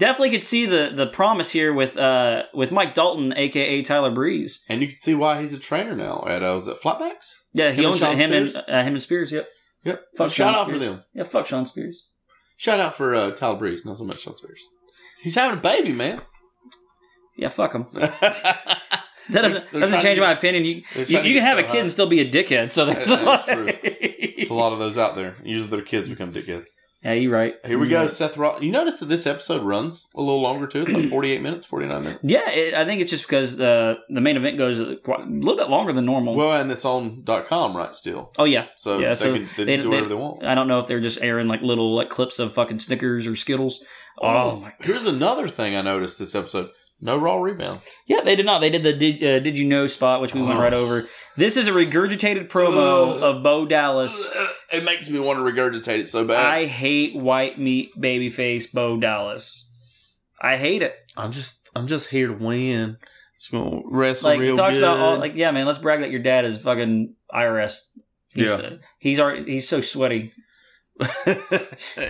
Speaker 2: definitely could see the the promise here with uh with Mike Dalton, aka Tyler Breeze.
Speaker 3: And you can see why he's a trainer now at uh, was it Flatbacks?
Speaker 2: Yeah, he
Speaker 3: Him and
Speaker 2: owns it.
Speaker 3: Sean
Speaker 2: Him and
Speaker 3: Spears?
Speaker 2: uh, him and Spears. Yep.
Speaker 3: Yep.
Speaker 2: Fuck
Speaker 3: Shout
Speaker 2: Sean
Speaker 3: out for
Speaker 2: Spears.
Speaker 3: them.
Speaker 2: Yeah. Fuck Sean Spears.
Speaker 3: Shout out for uh, Tyler Breeze, not so much Sean Spears. He's having a baby, man.
Speaker 2: Yeah. Fuck him.
Speaker 3: That's
Speaker 2: That doesn't
Speaker 3: They're
Speaker 2: doesn't
Speaker 3: trying to
Speaker 2: change my
Speaker 3: get-
Speaker 2: opinion. You
Speaker 3: they're
Speaker 2: you,
Speaker 3: trying to
Speaker 2: you can
Speaker 3: get
Speaker 2: have a
Speaker 3: so
Speaker 2: kid
Speaker 3: high.
Speaker 2: and still be a dickhead. So that's
Speaker 3: That- that's a
Speaker 2: true.
Speaker 3: lot of those out there. Usually they're kids become dickheads.
Speaker 2: yeah, you're right.
Speaker 3: Here we go, Seth Rollins. You notice that this episode runs a little longer too. It's like forty-eight minutes, forty-nine minutes.
Speaker 2: Yeah, it, I think it's just because the the main event goes a quite- a little bit longer than normal.
Speaker 3: Well, and it's on .com, right? Still,
Speaker 2: oh yeah,
Speaker 3: so
Speaker 2: Yeah,
Speaker 3: they
Speaker 2: so
Speaker 3: can they
Speaker 2: they-
Speaker 3: can do
Speaker 2: they-
Speaker 3: whatever they, uh, want.
Speaker 2: I don't know if they're just airing like little like clips of fucking Snickers or Skittles. Um,
Speaker 3: Oh my! Here's another thing I noticed this episode: no raw rebound.
Speaker 2: Yeah, they did not. They did the did, uh, did you know spot, which we went right over. This is a regurgitated promo
Speaker 3: Oh. Ugh.
Speaker 2: of Bo Dallas.
Speaker 3: It makes me want to regurgitate it so bad.
Speaker 2: I hate white meat babyface Bo Dallas. I hate it.
Speaker 3: I, am just I'm just here to win. Just gonna wrestle
Speaker 2: Like
Speaker 3: real
Speaker 2: he talks
Speaker 3: good.
Speaker 2: about all like yeah, man. Let's brag that your dad is fucking IRS. He's, uh, he's already he's so sweaty.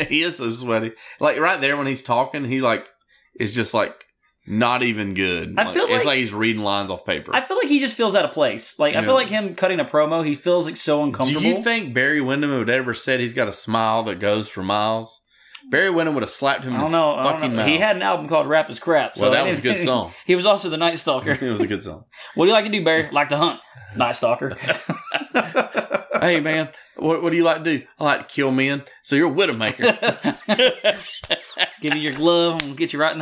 Speaker 3: he is so sweaty. Like right there when he's talking, he's like, it's just like not even good.
Speaker 2: I feel
Speaker 3: it's
Speaker 2: like-
Speaker 3: like he's reading lines off paper.
Speaker 2: I feel like he just feels out of place. Like I
Speaker 3: Yeah.
Speaker 2: feel like him cutting a promo, he feels like so
Speaker 3: Do
Speaker 2: uncomfortable.
Speaker 3: you think Barry Windham would ever said he's got a smile that goes for miles? Barry Windham would have slapped him
Speaker 2: I
Speaker 3: in
Speaker 2: don't
Speaker 3: his
Speaker 2: know. I don't
Speaker 3: fucking
Speaker 2: know.
Speaker 3: mouth.
Speaker 2: He had an album called Rap is Crap. So
Speaker 3: well, that
Speaker 2: I
Speaker 3: was a good
Speaker 2: didn't-
Speaker 3: song.
Speaker 2: He was also the Night Stalker.
Speaker 3: it was a good song.
Speaker 2: What do you like to do, Barry? Like to hunt. Night Stalker.
Speaker 3: hey man, what, what do you like to do? I like to kill men. So you're a widowmaker.
Speaker 2: Give you your glove and we'll get you right in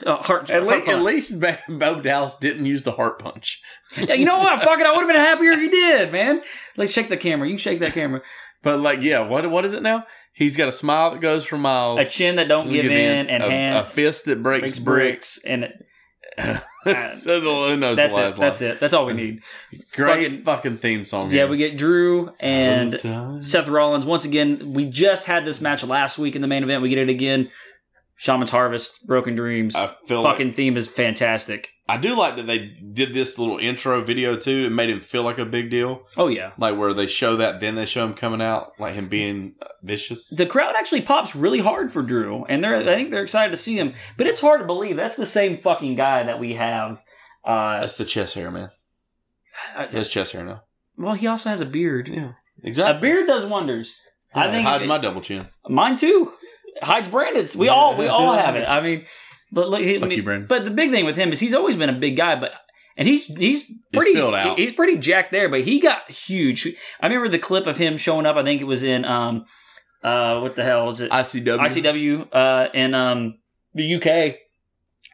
Speaker 2: the uh, heart.
Speaker 3: at,
Speaker 2: heart
Speaker 3: le- at
Speaker 2: pump.
Speaker 3: least Ba- Bo Dallas didn't use the heart punch.
Speaker 2: Yeah, you know what? Fuck it. I would have been happier if you did, man. Let's shake the camera. You shake that camera.
Speaker 3: But like, yeah, what what is it now? He's got a smile that goes for miles.
Speaker 2: A chin that don't
Speaker 3: Doesn't
Speaker 2: give in, and
Speaker 3: a,
Speaker 2: hand
Speaker 3: a fist that breaks,
Speaker 2: breaks
Speaker 3: bricks.
Speaker 2: bricks. And it-
Speaker 3: so the, who knows
Speaker 2: that's
Speaker 3: the
Speaker 2: it.
Speaker 3: last
Speaker 2: That's
Speaker 3: line.
Speaker 2: it. That's all we need.
Speaker 3: Great
Speaker 2: Fucking-
Speaker 3: fucking, theme song.
Speaker 2: Yeah,
Speaker 3: here.
Speaker 2: we get Drew and
Speaker 3: Sometimes.
Speaker 2: Seth Rollins once again. We just had this match last week in the main event. We get it again. Shaman's Harvest, Broken Dreams.
Speaker 3: I feel like-
Speaker 2: Fucking theme is fantastic.
Speaker 3: I do like that they did this little intro video too. It made him feel like a big deal,
Speaker 2: Oh yeah.
Speaker 3: like where they show that, then they show him coming out, like him being uh, vicious.
Speaker 2: The crowd actually pops really hard for Drew, and they're I think they're excited to see him. But it's hard to believe that's the same fucking guy that we have. Uh,
Speaker 3: That's the chest hair, man. He
Speaker 2: I-
Speaker 3: has chest hair now.
Speaker 2: well, he also has a beard.
Speaker 3: Yeah,
Speaker 2: A
Speaker 3: exactly.
Speaker 2: beard does wonders. I think
Speaker 3: Hides my double chin.
Speaker 2: mine too. Hides Brandon's. We all we all have it. I mean, but look, he,
Speaker 3: Fuck you, Brandon.
Speaker 2: but the big thing with him is he's always been a big guy, but and he's he's pretty
Speaker 3: filled out.
Speaker 2: he's pretty jacked there, but he got huge. I remember the clip of him showing up. I think it was in um uh what the hell was it?
Speaker 3: ICW.
Speaker 2: ICW uh, in um, the UK,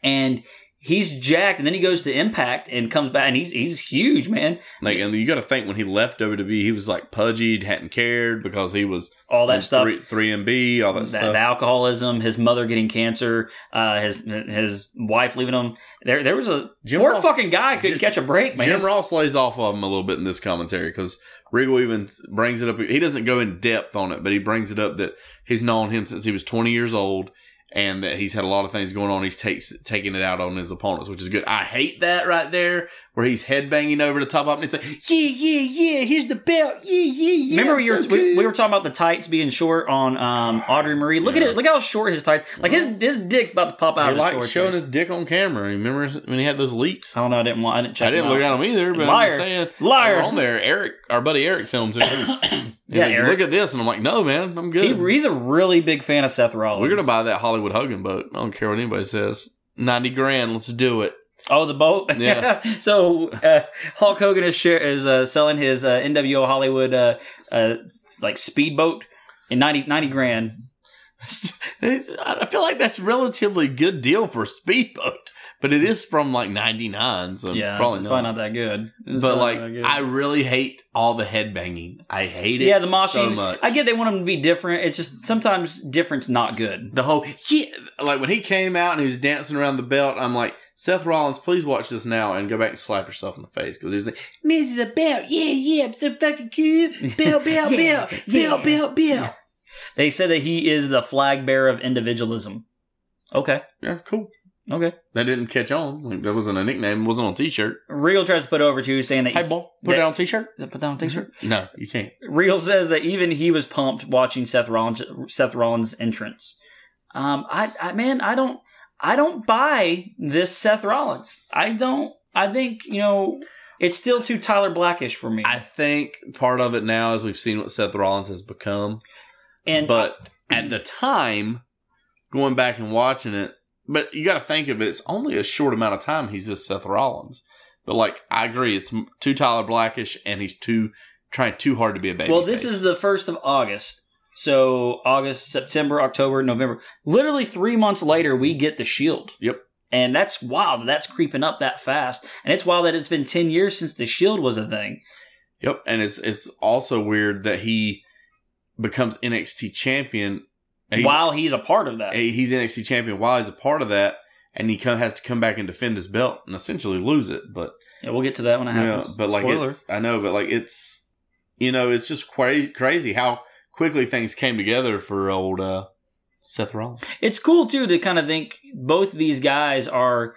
Speaker 2: and he's jacked. And then he goes to Impact and comes back, and he's he's huge, man.
Speaker 3: Like, and you got to think when he left WWE, he was like pudgy, hadn't cared because he was
Speaker 2: All that stuff,
Speaker 3: Three, 3MB, all that,
Speaker 2: that,
Speaker 3: stuff.
Speaker 2: the alcoholism, his mother getting cancer, uh, his his wife leaving him. There there was a
Speaker 3: Jim
Speaker 2: poor
Speaker 3: Ross-
Speaker 2: fucking guy couldn't
Speaker 3: Jim-
Speaker 2: catch a break, man.
Speaker 3: Jim Ross lays off of him a little bit in this commentary because Regal even brings it up. He doesn't go in depth on it, but he brings it up that he's known him since he was 20 years old and that he's had a lot of things going on. He's takes, taking it out on his opponents, which is good. I hate that right there where he's headbanging over the top up and it's like, yeah, yeah, yeah, here's the belt. Yeah, yeah, yeah.
Speaker 2: Remember,
Speaker 3: I'm
Speaker 2: you were,
Speaker 3: so
Speaker 2: we,
Speaker 3: good."
Speaker 2: we were talking about the tights being short on um, Audrey Marie. Look at
Speaker 3: Yeah.
Speaker 2: it. Look how short his tights. Like his his dick's about to pop out.
Speaker 3: He
Speaker 2: of his
Speaker 3: liked
Speaker 2: shorts,
Speaker 3: showing
Speaker 2: man.
Speaker 3: his dick on camera. Remember when he had those leaks?
Speaker 2: I don't know. I didn't want. I didn't check.
Speaker 3: I didn't
Speaker 2: him out.
Speaker 3: look at him either, but I'm
Speaker 2: Liar.
Speaker 3: just saying,
Speaker 2: Liar.
Speaker 3: they were on there, Eric, our buddy Eric films it. He's
Speaker 2: Yeah,
Speaker 3: like,
Speaker 2: Eric.
Speaker 3: look at this, and I'm like, no, man, I'm good.
Speaker 2: He, he's a really big fan of Seth Rollins.
Speaker 3: We're gonna buy that Hollywood Hugging boat. I don't care what anybody says. Ninety grand, let's do it.
Speaker 2: Oh, the boat.
Speaker 3: Yeah.
Speaker 2: so uh, Hulk Hogan is share, is uh, selling his uh, NWO Hollywood uh, uh, like speedboat in 90, 90 grand.
Speaker 3: I feel like that's relatively good deal for a speedboat, but it is from like ninety nine, so
Speaker 2: yeah,
Speaker 3: probably
Speaker 2: it's
Speaker 3: not.
Speaker 2: probably not that good. It's
Speaker 3: but
Speaker 2: probably
Speaker 3: like,
Speaker 2: not that good.
Speaker 3: I really hate all the headbanging. I hate it.
Speaker 2: yeah, the mosh.
Speaker 3: so much.
Speaker 2: I get they want them to be different. It's just sometimes different's not good.
Speaker 3: the whole yeah, like when he came out and he was dancing around the belt. I'm like, Seth Rollins, please watch this now and go back and slap yourself in the face because there's like, "Miss is a belt, yeah, yeah, I'm so fucking cool, belt, belt,
Speaker 2: Yeah,
Speaker 3: belt,
Speaker 2: yeah.
Speaker 3: belt, belt, belt."
Speaker 2: They said that he is the flag bearer of individualism. Okay,
Speaker 3: Yeah, cool.
Speaker 2: okay.
Speaker 3: That didn't catch on. Like, that wasn't a nickname. It wasn't on a t-shirt.
Speaker 2: Regal tries to put over too, saying that
Speaker 3: Hey, boy, put it
Speaker 2: that-
Speaker 3: on a t-shirt.
Speaker 2: put down a picture.
Speaker 3: No, you can't.
Speaker 2: Real says that even he was pumped watching Seth Rollins Seth Rollins' entrance. Um, I, I man, I don't I don't buy this Seth Rollins. I don't. I think you know it's still too Tyler Blackish for me.
Speaker 3: I think part of it now is we've seen what Seth Rollins has become.
Speaker 2: and
Speaker 3: But at the time, going back and watching it, but you got to think of it. It's only a short amount of time he's this Seth Rollins. But like, I agree, it's m- too Tyler Blackish, and he's too trying too hard to be a baby.
Speaker 2: well, this is the first of August. So August, September, October, November. Literally three months later, we get the Shield.
Speaker 3: Yep.
Speaker 2: And that's wild. that That's creeping up that fast. And it's wild that it's been ten years since the Shield was a thing.
Speaker 3: Yep, and it's it's also weird that he becomes NXT champion. and he's-
Speaker 2: while he's a part of that.
Speaker 3: Hey, he's NXT champion while he's a part of that, and he co- has to come back and defend his belt and essentially lose it. But
Speaker 2: Yeah, we'll get to that when it
Speaker 3: yeah,
Speaker 2: happens.
Speaker 3: but like
Speaker 2: Spoiler.
Speaker 3: it's, I know, but like it's you know it's just cra- crazy how quickly things came together for old uh, Seth Rollins.
Speaker 2: It's cool too to kind of think both these guys are.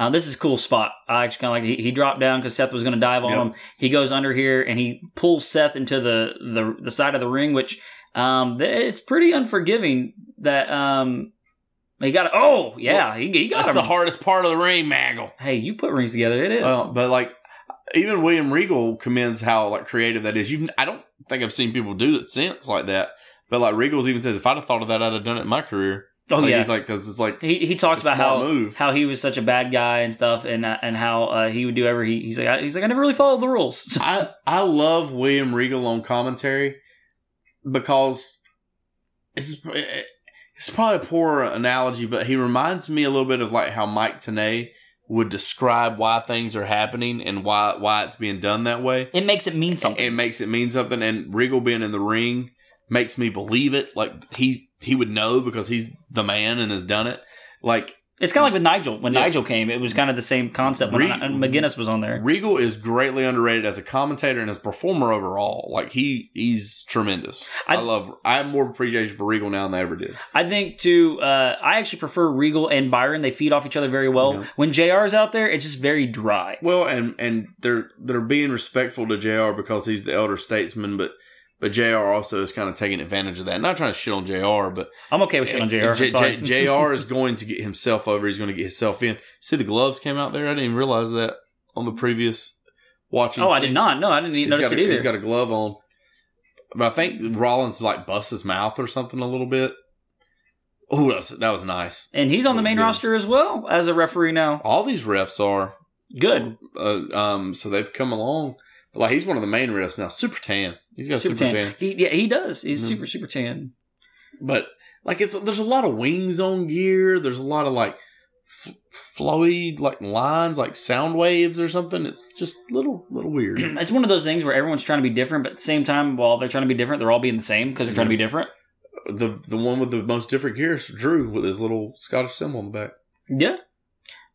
Speaker 2: Uh, this is a cool spot. I actually kind of like he, he dropped down because Seth was going to dive on
Speaker 3: Yep.
Speaker 2: him. He goes under here and he pulls Seth into the the, the side of the ring, which um, th- it's pretty unforgiving that um, he got. Oh yeah, he, he got
Speaker 3: That's
Speaker 2: him.
Speaker 3: the hardest part of the ring, Maggle.
Speaker 2: hey, you put rings together. It is.
Speaker 3: Well, but like even William Regal commends how like creative that is. You, I don't think I've seen people do it since like that. But like Regal's even says, if I'd have thought of that, I'd have done it in my career.
Speaker 2: oh
Speaker 3: like,
Speaker 2: yeah.
Speaker 3: he's like because it's like
Speaker 2: He, he talks
Speaker 3: It's a
Speaker 2: about
Speaker 3: small
Speaker 2: how
Speaker 3: move.
Speaker 2: how he was such a bad guy and stuff, and uh, and how uh, he would do every he, he's like I, he's like I never really followed the rules.
Speaker 3: I I love William Regal on commentary because it's it's probably a poor analogy, but he reminds me a little bit of like how Mike Tanay would describe why things are happening and why why it's being done that way.
Speaker 2: it makes it mean something.
Speaker 3: It makes it mean something, and Regal being in the ring makes me believe it. Like he he would know because he's the man and has done it. Like
Speaker 2: It's kind of like with Nigel. When
Speaker 3: Yeah.
Speaker 2: Nigel came, it was kind of the same concept. When
Speaker 3: Re-
Speaker 2: Ni- and McGinnis was on there,
Speaker 3: Regal is greatly underrated as a commentator and as a performer overall. Like he, he's tremendous. I,
Speaker 2: I-
Speaker 3: love. I have more appreciation for Regal now than I ever did.
Speaker 2: I think too. Uh, I actually prefer Regal and Byron. They feed off each other very well.
Speaker 3: Yeah.
Speaker 2: When Jr. is out there, it's just very dry.
Speaker 3: Well, and and they're they're being respectful to Jr. because he's the elder statesman, but but Jr. also is kind of taking advantage of that. Not trying to shit on Jr. But
Speaker 2: I'm okay with shit on Jr.
Speaker 3: J-
Speaker 2: It's all
Speaker 3: J-
Speaker 2: right.
Speaker 3: Jr. is going to get himself over. He's going to get himself in. See the gloves came out there. I didn't even realize that on the previous watching.
Speaker 2: oh, I
Speaker 3: thing.
Speaker 2: did not. No, I didn't even
Speaker 3: He's
Speaker 2: notice
Speaker 3: got
Speaker 2: it
Speaker 3: a-
Speaker 2: either.
Speaker 3: He's got a glove on. but I think Rollins like busts his mouth or something a little bit. Oh, that was, that was nice.
Speaker 2: And he's on the main
Speaker 3: Yeah.
Speaker 2: roster as well as a referee now.
Speaker 3: All these refs are
Speaker 2: Good.
Speaker 3: uh, um, so they've come along. Like he's one of the main refs now. Super tan. He's got super, tan.
Speaker 2: He, yeah, he does. He's
Speaker 3: Mhm.
Speaker 2: super, super tan.
Speaker 3: But like it's there's a lot of wings on gear. There's a lot of like f- flowy like lines, like sound waves or something. It's just little little weird.
Speaker 2: It's one of those things where everyone's trying to be different, but at the same time, while they're trying to be different, they're all being the same because they're trying to be different.
Speaker 3: the the one with the most different gear is Drew with his little Scottish symbol on the back.
Speaker 2: Yeah.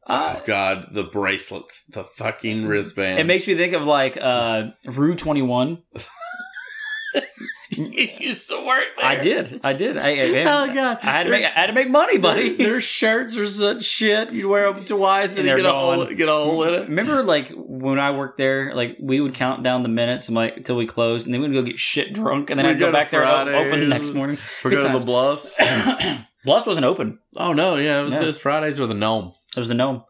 Speaker 2: Uh,
Speaker 3: oh God, the bracelets, the fucking wristbands.
Speaker 2: it makes me think of like uh, Rue 21.
Speaker 3: you used to work there.
Speaker 2: I did. I did. I, I,
Speaker 3: Oh God,
Speaker 2: I had to make I had to make money, buddy.
Speaker 3: Their shirts are such shit. You wear them twice and,
Speaker 2: And they're
Speaker 3: you get a hole,
Speaker 2: gone.
Speaker 3: get a hole in it.
Speaker 2: Remember, like when I worked there, like we would count down the minutes and like till we closed, and then we'd go get shit drunk, and then
Speaker 3: We'd
Speaker 2: I'd
Speaker 3: go
Speaker 2: go
Speaker 3: to
Speaker 2: back there and o- open the
Speaker 3: Fridays.
Speaker 2: next morning.
Speaker 3: We're
Speaker 2: Good
Speaker 3: going to
Speaker 2: times.
Speaker 3: the bluffs.
Speaker 2: Bluffs wasn't open.
Speaker 3: oh no, yeah, it was
Speaker 2: Yeah.
Speaker 3: just Fridays with a gnome.
Speaker 2: It was the gnome.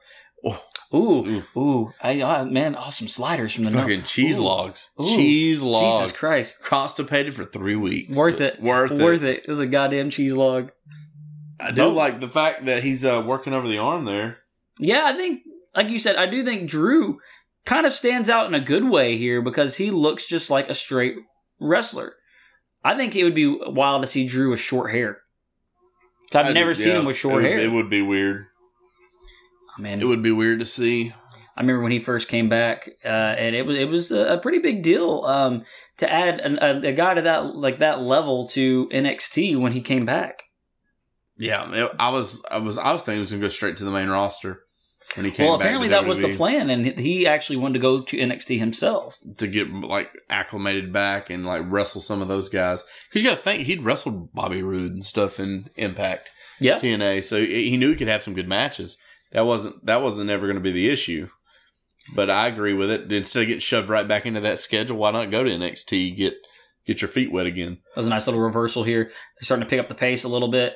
Speaker 3: Oh.
Speaker 2: Ooh, ooh, I ah, man, awesome sliders from the
Speaker 3: Fucking
Speaker 2: gnome.
Speaker 3: cheese
Speaker 2: Ooh.
Speaker 3: logs.
Speaker 2: Ooh.
Speaker 3: Cheese logs.
Speaker 2: Jesus Christ,
Speaker 3: Constipated for three weeks.
Speaker 2: worth
Speaker 3: but
Speaker 2: it,
Speaker 3: Worth it.
Speaker 2: worth it. It was a goddamn cheese log.
Speaker 3: I do like the fact that he's uh, working over the arm there.
Speaker 2: Yeah, I think, like you said, I do think Drew kind of stands out in a good way here because he looks just like a straight wrestler. I think it would be wild to see Drew with short hair. 'Cause I've
Speaker 3: I-
Speaker 2: never seen
Speaker 3: yeah,
Speaker 2: him with short
Speaker 3: it
Speaker 2: hair.
Speaker 3: would- It would be weird.
Speaker 2: Man,
Speaker 3: It would be weird to see.
Speaker 2: I remember when he first came back, uh, and it was it was a, a pretty big deal um, to add an, a, a guy to that like that level to NXT when he came back.
Speaker 3: Yeah, it- I was, I was, I was thinking he was gonna go straight to the main roster when he came.
Speaker 2: well,
Speaker 3: back
Speaker 2: apparently
Speaker 3: to E.
Speaker 2: that was the
Speaker 3: WWE.
Speaker 2: plan, and he actually wanted to go to NXT himself.
Speaker 3: to get like acclimated back and like wrestle some of those guys. Because you got to think he'd wrestled Bobby Roode and stuff in Impact
Speaker 2: Yeah,
Speaker 3: TNA, so he he knew he could have some good matches. That wasn't that wasn't ever going to be the issue. But I agree with it. Instead of getting shoved right back into that schedule, why not go to NXT get get your feet wet again?
Speaker 2: That was a nice little reversal here. They're starting to pick up the pace a little bit.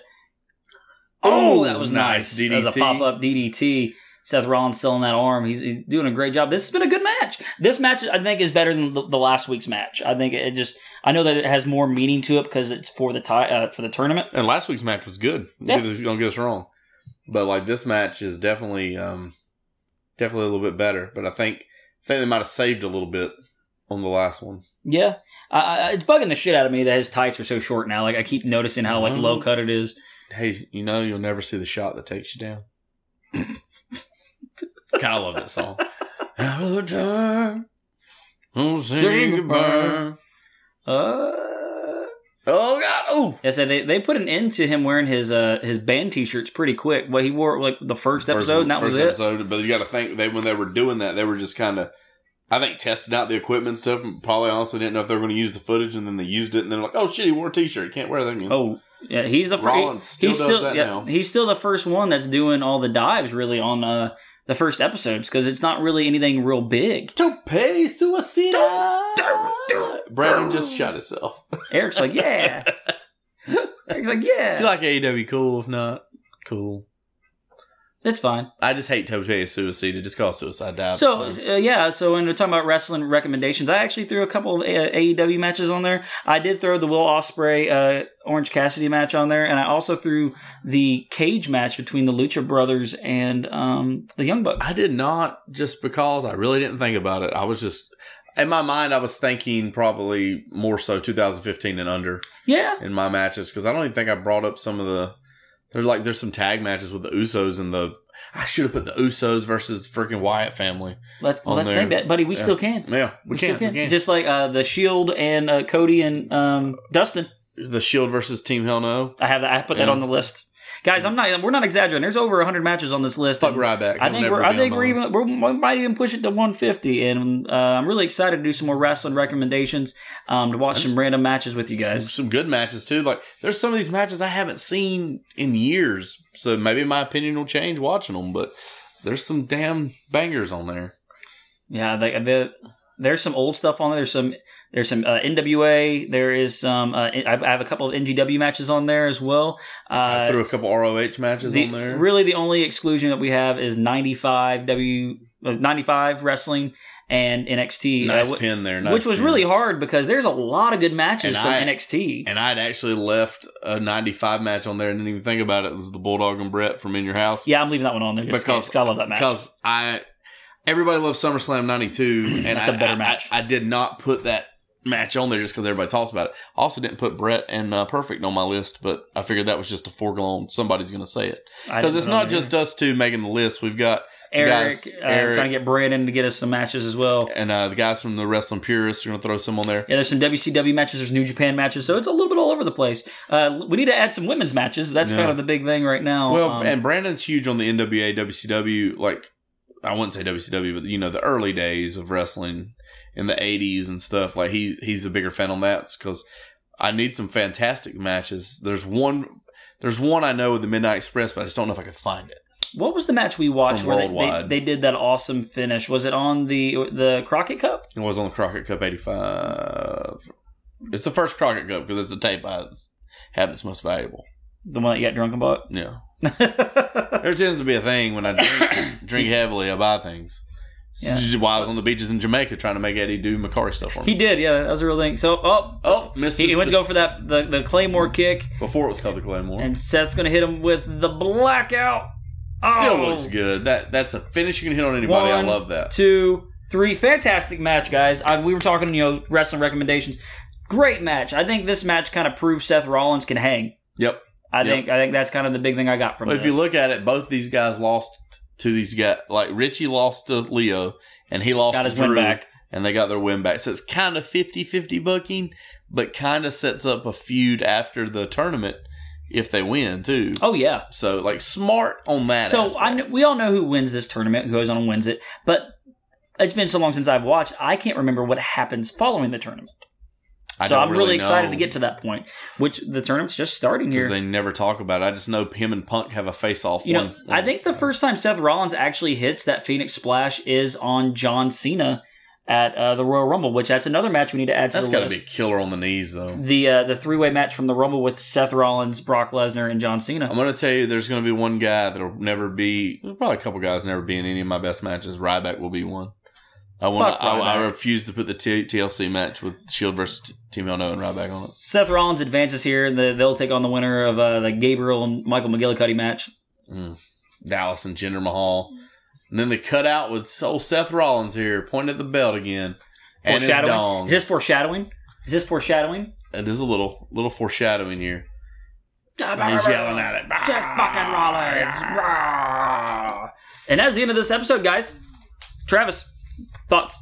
Speaker 2: Oh, that was nice.
Speaker 3: DDT.
Speaker 2: That was a pop up DDT. Seth Rollins selling that arm. He's, he's doing a great job. This has been a good match. This match, I think, is better than the, the last week's match. I think it just. I know that it has more meaning to it because it's for the tie uh, for the tournament.
Speaker 3: And last week's match was good.
Speaker 2: Yeah.
Speaker 3: Don't get us wrong. But like this match is definitely um definitely a little bit better. But I think I think they might have saved a little bit on the last one.
Speaker 2: Yeah, I, I, it's bugging the shit out of me that his tights are so short now. Like I keep noticing how like
Speaker 3: Mhm.
Speaker 2: low cut it is.
Speaker 3: Hey, you know you'll never see the shot that takes you down. God, I love that song. Out of time. Oh,
Speaker 2: Sing
Speaker 3: sing
Speaker 2: goodbye.
Speaker 3: goodbye.
Speaker 2: Uh,
Speaker 3: Oh God! Oh,
Speaker 2: Yeah, so they, they put an end to him wearing his uh his band t shirts pretty quick. Well, he wore like the first episode, and that was
Speaker 3: first
Speaker 2: it.
Speaker 3: Episode, but you got to think they when they were doing that, they were just kind of, I think, testing out the equipment and stuff. And probably honestly didn't know if they were going to use the footage, and then they used it, and then like, oh shit, he wore a t-shirt, can't wear that again.
Speaker 2: Oh, yeah, he's the
Speaker 3: Rollins
Speaker 2: first.
Speaker 3: still
Speaker 2: he's
Speaker 3: does
Speaker 2: still
Speaker 3: that
Speaker 2: yeah,
Speaker 3: now.
Speaker 2: he's still the first one that's doing all the dives really on uh the first episodes because it's not really anything real big.
Speaker 3: toupee suicida. Brandon just shot himself.
Speaker 2: Eric's like, yeah. Eric's like, yeah.
Speaker 3: like AEW? Cool. If not, cool.
Speaker 2: it's fine.
Speaker 3: I just hate toupee suicida. Just call it suicide dive.
Speaker 2: So
Speaker 3: It's fine.
Speaker 2: uh, yeah, so when we're talking about wrestling recommendations, I actually threw a couple of uh, AEW matches on there. I did throw the Will Osprey uh, Orange Cassidy match on there, and I also threw the cage match between the Lucha Brothers and um, the Young Bucks.
Speaker 3: I did not just because I really didn't think about it. I was just in my mind. I was thinking probably more so 2015 and under
Speaker 2: yeah,
Speaker 3: in my matches because I don't even think I brought up some of the. There's like there's some tag matches with the Usos and the. I should have put the Usos versus freaking Wyatt family.
Speaker 2: let's
Speaker 3: On
Speaker 2: let's
Speaker 3: there.
Speaker 2: think that, buddy. We
Speaker 3: Yeah.
Speaker 2: still can.
Speaker 3: Yeah, we,
Speaker 2: still
Speaker 3: can't.
Speaker 2: can.
Speaker 3: We can't.
Speaker 2: Just like uh, the Shield and uh, Cody and um, Dustin.
Speaker 3: the Shield versus Team Hell No.
Speaker 2: I have that. I put that
Speaker 3: Yeah.
Speaker 2: on the list, guys. I'm not. We're not exaggerating. There's over 100 matches on this list.
Speaker 3: Fuck
Speaker 2: and-
Speaker 3: Ryback.
Speaker 2: Mm-hmm. I
Speaker 3: He'll
Speaker 2: think
Speaker 3: never
Speaker 2: we're, I
Speaker 3: be on
Speaker 2: think
Speaker 3: my
Speaker 2: we're
Speaker 3: list.
Speaker 2: even we're, we might even push it to 150, and uh, I'm really excited to do some more wrestling recommendations, um, to watch some random matches with you
Speaker 3: There's
Speaker 2: guys.
Speaker 3: some good matches too. Like there's some of these matches I haven't seen in years, so maybe my opinion will change watching them. But there's some damn bangers on there.
Speaker 2: Yeah, the, the, there's some old stuff on there. There's some there's some uh, NWA. There is some. Uh, I I have a couple of NGW matches on there as well.
Speaker 3: I
Speaker 2: Uh,
Speaker 3: threw a couple ROH matches
Speaker 2: the-
Speaker 3: on there.
Speaker 2: Really, the only exclusion that we have is 95 W uh, 95 wrestling and NXT, uh,
Speaker 3: Nice
Speaker 2: wh-
Speaker 3: pin there, nice
Speaker 2: which was
Speaker 3: pin.
Speaker 2: really hard because there's a lot of good matches
Speaker 3: And
Speaker 2: from
Speaker 3: I-
Speaker 2: NXT.
Speaker 3: And I'd actually left a 95 match on there and didn't even think about it. It was the Bulldog and Brett from In Your House.
Speaker 2: yeah, I'm leaving that one on there just
Speaker 3: Because-
Speaker 2: because I love that match.
Speaker 3: Because I, everybody loves SummerSlam 92. And
Speaker 2: That's a
Speaker 3: I-
Speaker 2: better
Speaker 3: I-
Speaker 2: match.
Speaker 3: I, I did not put that match on there just because everybody talks about it. I also didn't put Brett and uh, Perfect on my list, but I figured that was just a foregone. Somebody's going to say it.
Speaker 2: I
Speaker 3: Because
Speaker 2: didn't
Speaker 3: it's
Speaker 2: put it on
Speaker 3: not
Speaker 2: there.
Speaker 3: just us two making the list. We've got the
Speaker 2: Eric,
Speaker 3: guys-
Speaker 2: uh,
Speaker 3: Eric.
Speaker 2: trying to get Brandon to get us some matches as well.
Speaker 3: and uh, the guys from the Wrestling Purists are going to throw some on there.
Speaker 2: Yeah, there's some WCW matches, there's New Japan matches, so it's a little bit all over the place. Uh, we need to add some women's matches. That's
Speaker 3: Yeah.
Speaker 2: kind of the big thing right now.
Speaker 3: Well,
Speaker 2: Um,
Speaker 3: and Brandon's huge on the NWA, WCW, like I wouldn't say WCW, but you know the early days of wrestling in the '80s and stuff. Like he's he's a bigger fan on that because I need some fantastic matches. There's one, there's one I know with the Midnight Express, but I just don't know if I could find it.
Speaker 2: what was the match we watched
Speaker 3: From
Speaker 2: where they,
Speaker 3: Worldwide.
Speaker 2: they, they did that awesome finish? Was it on the the Crockett Cup?
Speaker 3: It was on the Crockett Cup '85. It's the first Crockett Cup because it's the tape I have that's most valuable.
Speaker 2: The one that you got drunk and bought?
Speaker 3: Yeah, there tends to be a thing when I drink, drink heavily, I buy things.
Speaker 2: Yeah.
Speaker 3: While I was on the beaches in Jamaica trying to make Eddie do Macari stuff for me.
Speaker 2: he did, yeah, that was a real thing. So, oh,
Speaker 3: Oh, missed.
Speaker 2: he, he went to go for that the, the Claymore kick,
Speaker 3: before it was called the Claymore.
Speaker 2: and Seth's going to hit him with the blackout.
Speaker 3: Still
Speaker 2: Oh,
Speaker 3: looks good. That that's a finish you can hit on anybody. I
Speaker 2: One,
Speaker 3: love that.
Speaker 2: two, three. Fantastic match, guys. I, we were talking, you know, wrestling recommendations. Great match. I think this match kind of proves Seth Rollins can hang.
Speaker 3: Yep.
Speaker 2: I
Speaker 3: Yep.
Speaker 2: think I think that's kind of the big thing I got from
Speaker 3: But if
Speaker 2: this.
Speaker 3: you look at it, both these guys lost to these guys. Like Richie lost to Leo, and he lost
Speaker 2: Got
Speaker 3: to
Speaker 2: his win
Speaker 3: Drew,
Speaker 2: back.
Speaker 3: and they got their win back. So it's kind of 50-50 booking, but kind of sets up a feud after the tournament if they win too.
Speaker 2: oh yeah.
Speaker 3: So like smart on that.
Speaker 2: So
Speaker 3: aspect.
Speaker 2: I kn- we all know who wins this tournament, who goes on and wins it. But it's been so long since I've watched, I can't remember what happens following the tournament.
Speaker 3: I
Speaker 2: so
Speaker 3: don't
Speaker 2: I'm really, excited
Speaker 3: know.
Speaker 2: to get to that point, which the tournament's just starting
Speaker 3: because
Speaker 2: here.
Speaker 3: they never talk about it. I just know him and Punk have a face off.
Speaker 2: you know, I think the first time Seth Rollins actually hits that Phoenix Splash is on John Cena at uh, the Royal Rumble, which that's another match we need to add to
Speaker 3: that's
Speaker 2: the
Speaker 3: got to be
Speaker 2: list.
Speaker 3: killer on the knees though.
Speaker 2: The uh, the three way match from the Rumble with Seth Rollins, Brock Lesnar, and John
Speaker 3: I'm
Speaker 2: Cena.
Speaker 3: gonna tell you, there's gonna be one guy that'll never be. there's Probably a couple guys never be in any of my best matches. Ryback will be one. I want.
Speaker 2: Fuck
Speaker 3: I, I
Speaker 2: Ryback.
Speaker 3: refuse to put the T- TLC match with Shield versus T- Team Hell No and Ryback on it.
Speaker 2: Seth Rollins advances here, and the, they'll take on the winner of uh, the Gabriel and Michael McGillicuddy match.
Speaker 3: Dallas and Jinder Mahal, and then the cutout with old Seth Rollins here, pointing at the belt again, and his
Speaker 2: Foreshadowing.
Speaker 3: dong.
Speaker 2: Is this foreshadowing? Is this foreshadowing?
Speaker 3: it is a little, little foreshadowing here.
Speaker 2: He's
Speaker 3: yelling at it.
Speaker 2: Seth fucking Rollins. Rah. And that's the end of this episode, guys. Travis, thoughts?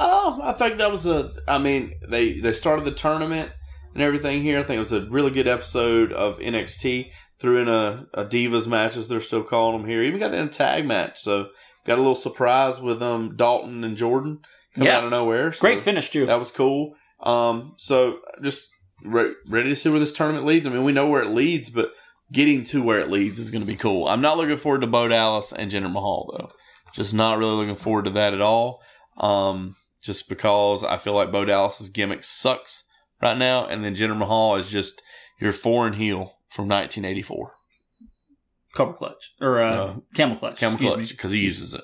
Speaker 3: Oh, I think that was a. I mean, they they started the tournament and everything here. I think it was a really good episode of NXT. Threw in a, a divas match as they're still calling them here. Even got in a tag match, so got a little surprise with um Dalton and Jordan coming
Speaker 2: Yeah.
Speaker 3: out of nowhere. So
Speaker 2: Great finish, too.
Speaker 3: That was cool. Um, so just re- ready to see where this tournament leads. I mean, we know where it leads, but getting to where it leads is going to be cool. I'm not looking forward to Bo Dallas and Jinder Mahal though. Just not really looking forward to that at all. Um, just because I feel like Bo Dallas's gimmick sucks right now, and then Jinder Mahal is just your foreign heel from 1984.
Speaker 2: Cobra clutch or uh,
Speaker 3: No.
Speaker 2: camel clutch.
Speaker 3: Camel
Speaker 2: excuse
Speaker 3: clutch
Speaker 2: me.
Speaker 3: because he uses it.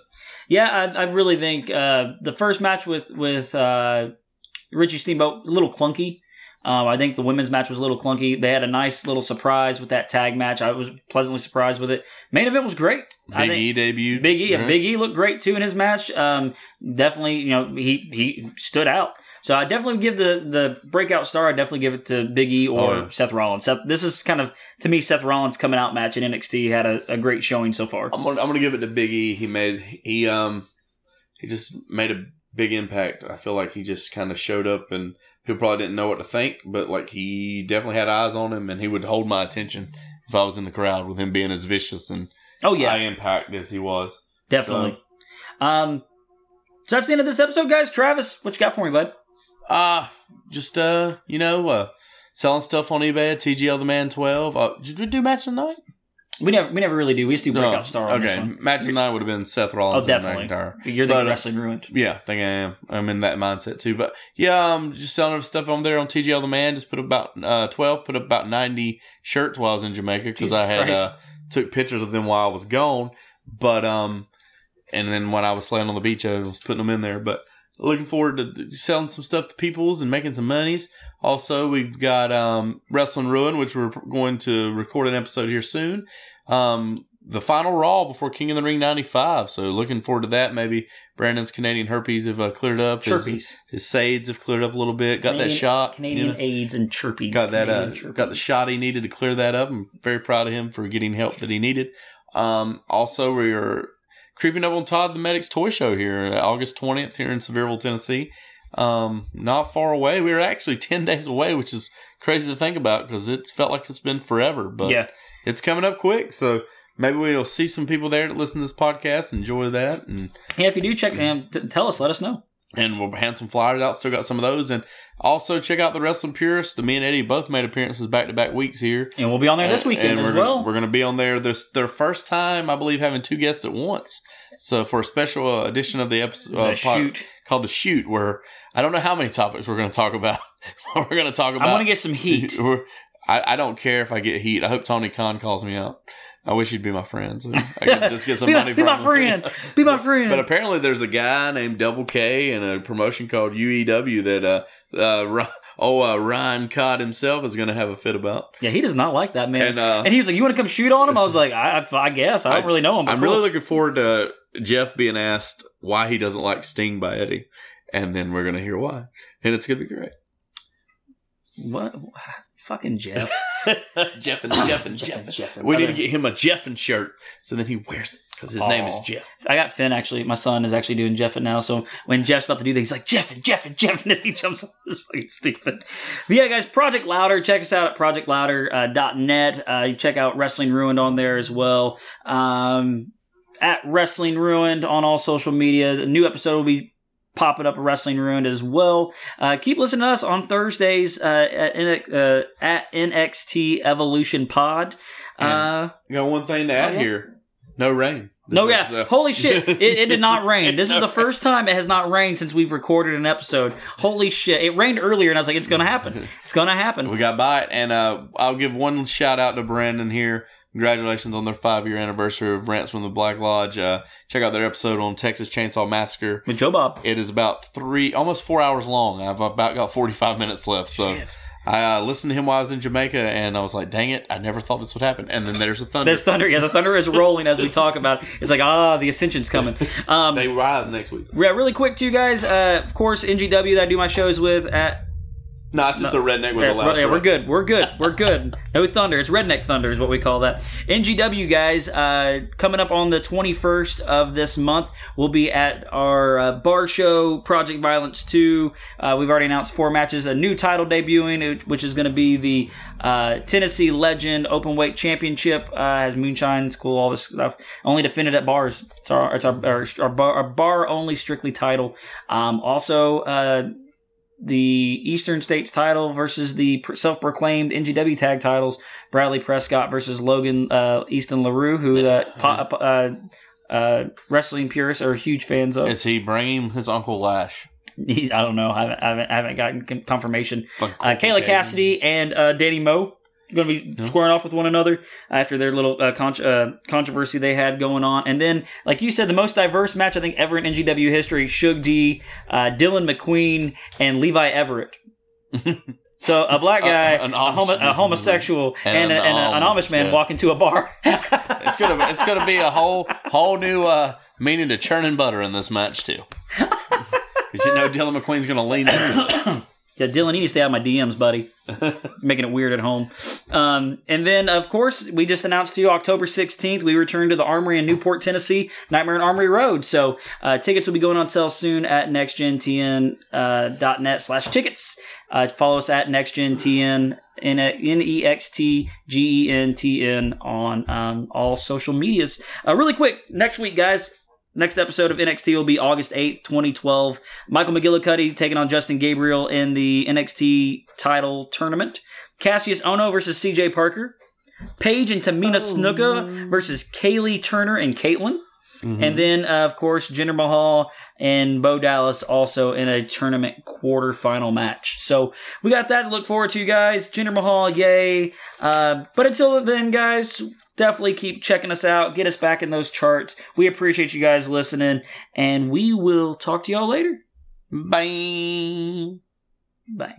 Speaker 2: Yeah, I, I really think uh, the first match with with uh, Richie Steamboat was a little clunky. Um, I think the women's match was a little clunky. They had a nice little surprise with that tag match. I was pleasantly surprised with it. Main event was great. I
Speaker 3: Big
Speaker 2: think-
Speaker 3: E debuted.
Speaker 2: Big E,
Speaker 3: Right?
Speaker 2: and Big E looked great too in his match. Um, definitely, you know, he he stood out. So I definitely give the the breakout star. I definitely give it to Big E or
Speaker 3: Oh, yeah.
Speaker 2: Seth Rollins. Seth, this is kind of to me Seth Rollins coming out match in NXT had a, a great showing so far.
Speaker 3: I'm gonna, I'm gonna give it to Big E. He made he um he just made a big impact. I feel like he just kind of showed up and people probably didn't know what to think, but like he definitely had eyes on him and he would hold my attention if I was in the crowd with him being as vicious and
Speaker 2: Oh yeah,
Speaker 3: high impact as he was.
Speaker 2: definitely. Um, so that's the end of this episode, guys. Travis, what you got for me, bud?
Speaker 3: Uh just uh you know uh selling stuff on eBay. TGL the man twelve. Uh, did we do match of the night?
Speaker 2: We never we never really do. We just do breakout star on this
Speaker 3: okay,
Speaker 2: one.
Speaker 3: match of the night would have been Seth
Speaker 2: Oh,
Speaker 3: Rollins and
Speaker 2: definitely.
Speaker 3: McIntyre.
Speaker 2: You're the
Speaker 3: But, uh,
Speaker 2: wrestling ruined.
Speaker 3: Yeah, I think I am. I'm in that mindset too. But yeah, um, just selling stuff on there on TGL the Man. Just put about uh, twelve, put about ninety shirts while I was in Jamaica because
Speaker 2: Jesus
Speaker 3: I had
Speaker 2: Christ.
Speaker 3: uh, took pictures of them while I was gone. But um, And then when I was laying on the beach, I was putting them in there. But looking forward to th- selling some stuff to peoples and making some monies. Also, we've got um, Wrestling Ruin, which we're p- going to record an episode here soon. Um, the final Raw before King of the Ring 95. So looking forward to that. Maybe Brandon's Canadian herpes have uh, cleared up. His-
Speaker 2: Chirpies.
Speaker 3: His, SAIDs have cleared up a little bit. Got that
Speaker 2: Canadian-
Speaker 3: shot.
Speaker 2: Canadian
Speaker 3: you know?
Speaker 2: AIDS and chirpies.
Speaker 3: got that uh,
Speaker 2: Canadian
Speaker 3: got the
Speaker 2: chirpies.
Speaker 3: shot he needed to clear that up. I'm very proud of him for getting help that he needed. Um, also, we are creeping up on Todd the Medic's toy show here, uh, August 20th here in Sevierville, Tennessee. Um, not far away. We are actually 10 days away, which is crazy to think about because it's felt like it's been forever, but
Speaker 2: yeah,
Speaker 3: it's coming up quick. So maybe we'll see some people there that listen to this podcast, enjoy that, and
Speaker 2: yeah. If you do check, man, t- tell us. Let us know.
Speaker 3: and we'll hand some flyers out. Still got some of those, and also check out the Wrestling Purist. Me and Eddie both made appearances back to back weeks here.
Speaker 2: And we'll be on there this
Speaker 3: And-
Speaker 2: weekend
Speaker 3: and
Speaker 2: as
Speaker 3: we're gonna-
Speaker 2: well.
Speaker 3: we're going to be on there. This their first time, I believe, having two guests at once. So for a special uh, edition of the episode uh,
Speaker 2: the
Speaker 3: pod-
Speaker 2: shoot.
Speaker 3: called the shoot, where I don't know how many topics we're going to talk about. we're going to talk about.
Speaker 2: I'm gonna get some heat.
Speaker 3: We're- I, I don't care if I get heat. I hope Tony Khan calls me out. I wish he'd be my friend. So I could just get some
Speaker 2: be, my-
Speaker 3: money
Speaker 2: be
Speaker 3: from
Speaker 2: my
Speaker 3: him.
Speaker 2: friend. Be my friend.
Speaker 3: But apparently, there's a guy named Double K in a promotion called UEW that uh, uh Ry- oh uh, Ryan Cod himself is going to have a fit about.
Speaker 2: yeah, he does not like that man.
Speaker 3: And, uh,
Speaker 2: he was like, "You want to come shoot on him?" I was like, "I, I, I guess I don't
Speaker 3: I-
Speaker 2: really know him." but
Speaker 3: I'm
Speaker 2: cool."
Speaker 3: really looking forward to Jeff being asked why he doesn't like Sting by Eddie, and then we're going to hear why, and it's going to be great.
Speaker 2: what? Fucking Jeff.
Speaker 3: Jeff and Jeff and
Speaker 2: Jeff
Speaker 3: Jeff.
Speaker 2: and Jeff and
Speaker 3: we need to
Speaker 2: brother.
Speaker 3: get him a Jeff and shirt so then he wears it because his name
Speaker 2: Aw.
Speaker 3: is Jeff.
Speaker 2: I got Finn actually. My son is actually doing Jeffin now. So when Jeff's about to do that, he's like Jeff and Jeff and Jeff, and he jumps on this fucking stupid. But yeah, guys, Project Louder. Check us out at projectlouder.net. Uh, you check out Wrestling Ruined on there as well. Um, at Wrestling Ruined on all social media. The new episode will be popping up at Wrestling Ruined as well. Uh, keep listening to us on Thursdays uh, at, NX, uh, at NXT Evolution Pod. Uh,
Speaker 3: I got one thing to
Speaker 2: Oh,
Speaker 3: add
Speaker 2: yeah.
Speaker 3: here: no rain. This
Speaker 2: no, yeah.
Speaker 3: episode.
Speaker 2: Holy shit. It, it did not rain. This is
Speaker 3: No
Speaker 2: the first time it has not rained since we've recorded an episode. Holy shit. It rained earlier, and I was like, it's going to happen. It's going to
Speaker 3: We
Speaker 2: happen.
Speaker 3: got by it, and uh, I'll give one shout out to Brandon here. Congratulations on their five year anniversary of Rants from the Black Lodge. Uh, check out their episode on Texas Chainsaw Massacre.
Speaker 2: With Joe Bob.
Speaker 3: It is about three, almost four hours long. I've about got 45 minutes left. So I uh, listened to him while I was in Jamaica and I was like, dang it, I never thought this would happen. And then there's a thunder.
Speaker 2: There's thunder. Yeah, the thunder is rolling as we talk about it. It's like, ah, the ascension's coming. Um,
Speaker 3: they rise next week.
Speaker 2: yeah, really quick, too, guys. Uh, of course, NGW that I do my shows with at.
Speaker 3: No, it's just a redneck with
Speaker 2: Yeah,
Speaker 3: a loud
Speaker 2: yeah,
Speaker 3: truck.
Speaker 2: we're good. We're good. We're good. No thunder. It's redneck thunder is what we call that. NGW guys, uh, coming up on the 21st of this month, we'll be at our uh, bar show, Project Violence 2. Uh, we've already announced four matches, a new title debuting, which is going to be the uh, Tennessee Legend Open Weight Championship. Uh, has moonshine, it's cool, all this stuff. Only defended at bars. It's our it's our our, our, bar, our bar only strictly title. Um, also. Uh, the Eastern States title versus the pr- self-proclaimed NGW tag titles, Bradley Prescott versus Logan uh, Easton LaRue, who the po- uh, uh, wrestling purists are huge fans of.
Speaker 3: Is he bringing his Uncle Lash?
Speaker 2: He- I don't know. I haven't, I haven't, I haven't gotten con- confirmation.
Speaker 3: Fuck,
Speaker 2: Uh, Kayla
Speaker 3: okay.
Speaker 2: Cassidy and uh, Danny Moe going to be squaring off with one another after their little uh, con- uh, controversy they had going on. And then, like you said, the most diverse match I think ever in NGW history: Shug D, uh, Dylan McQueen, and Levi Everett. So a black
Speaker 3: A-
Speaker 2: guy,
Speaker 3: an
Speaker 2: a,
Speaker 3: Amish
Speaker 2: homo- a
Speaker 3: man.
Speaker 2: homosexual, and,
Speaker 3: And
Speaker 2: a, and a- an
Speaker 3: an
Speaker 2: Amish
Speaker 3: Amish,
Speaker 2: man
Speaker 3: yeah.
Speaker 2: walk into a bar.
Speaker 3: It's gonna it's gonna be a whole whole new uh, meaning to churning butter in this match too. Because you know Dylan McQueen's gonna lean into it.
Speaker 2: Yeah, Dylan, you need to stay out of my DMs, buddy. it's making it weird at home. Um, and then, of course, we just announced to you October 16th, we return to the Armory in Newport, Tennessee, Nightmare on Armory Road. So uh, tickets will be going on sale soon at nextgentn.net slash tickets. Uh, follow us at nextgentn, N- E N-E-X-T-G-E-N-T-N on um, all social medias. Uh, really quick, next week, guys, Next episode of NXT will be August 8th, 2012. Michael McGillicuddy taking on Justin Gabriel in the NXT title tournament. Cassius Ono versus CJ Parker. Paige and Tamina Snuka versus Kaylee Turner and Caitlyn. And then, uh, of course, Jinder Mahal and Bo Dallas also in a tournament quarterfinal match. So we got that to look forward to, guys. Jinder Mahal, yay. Uh, but until then, guys, definitely keep checking us out. Get us back in those charts. We appreciate you guys listening, and we will talk to y'all later.
Speaker 3: Bye.
Speaker 2: Bye.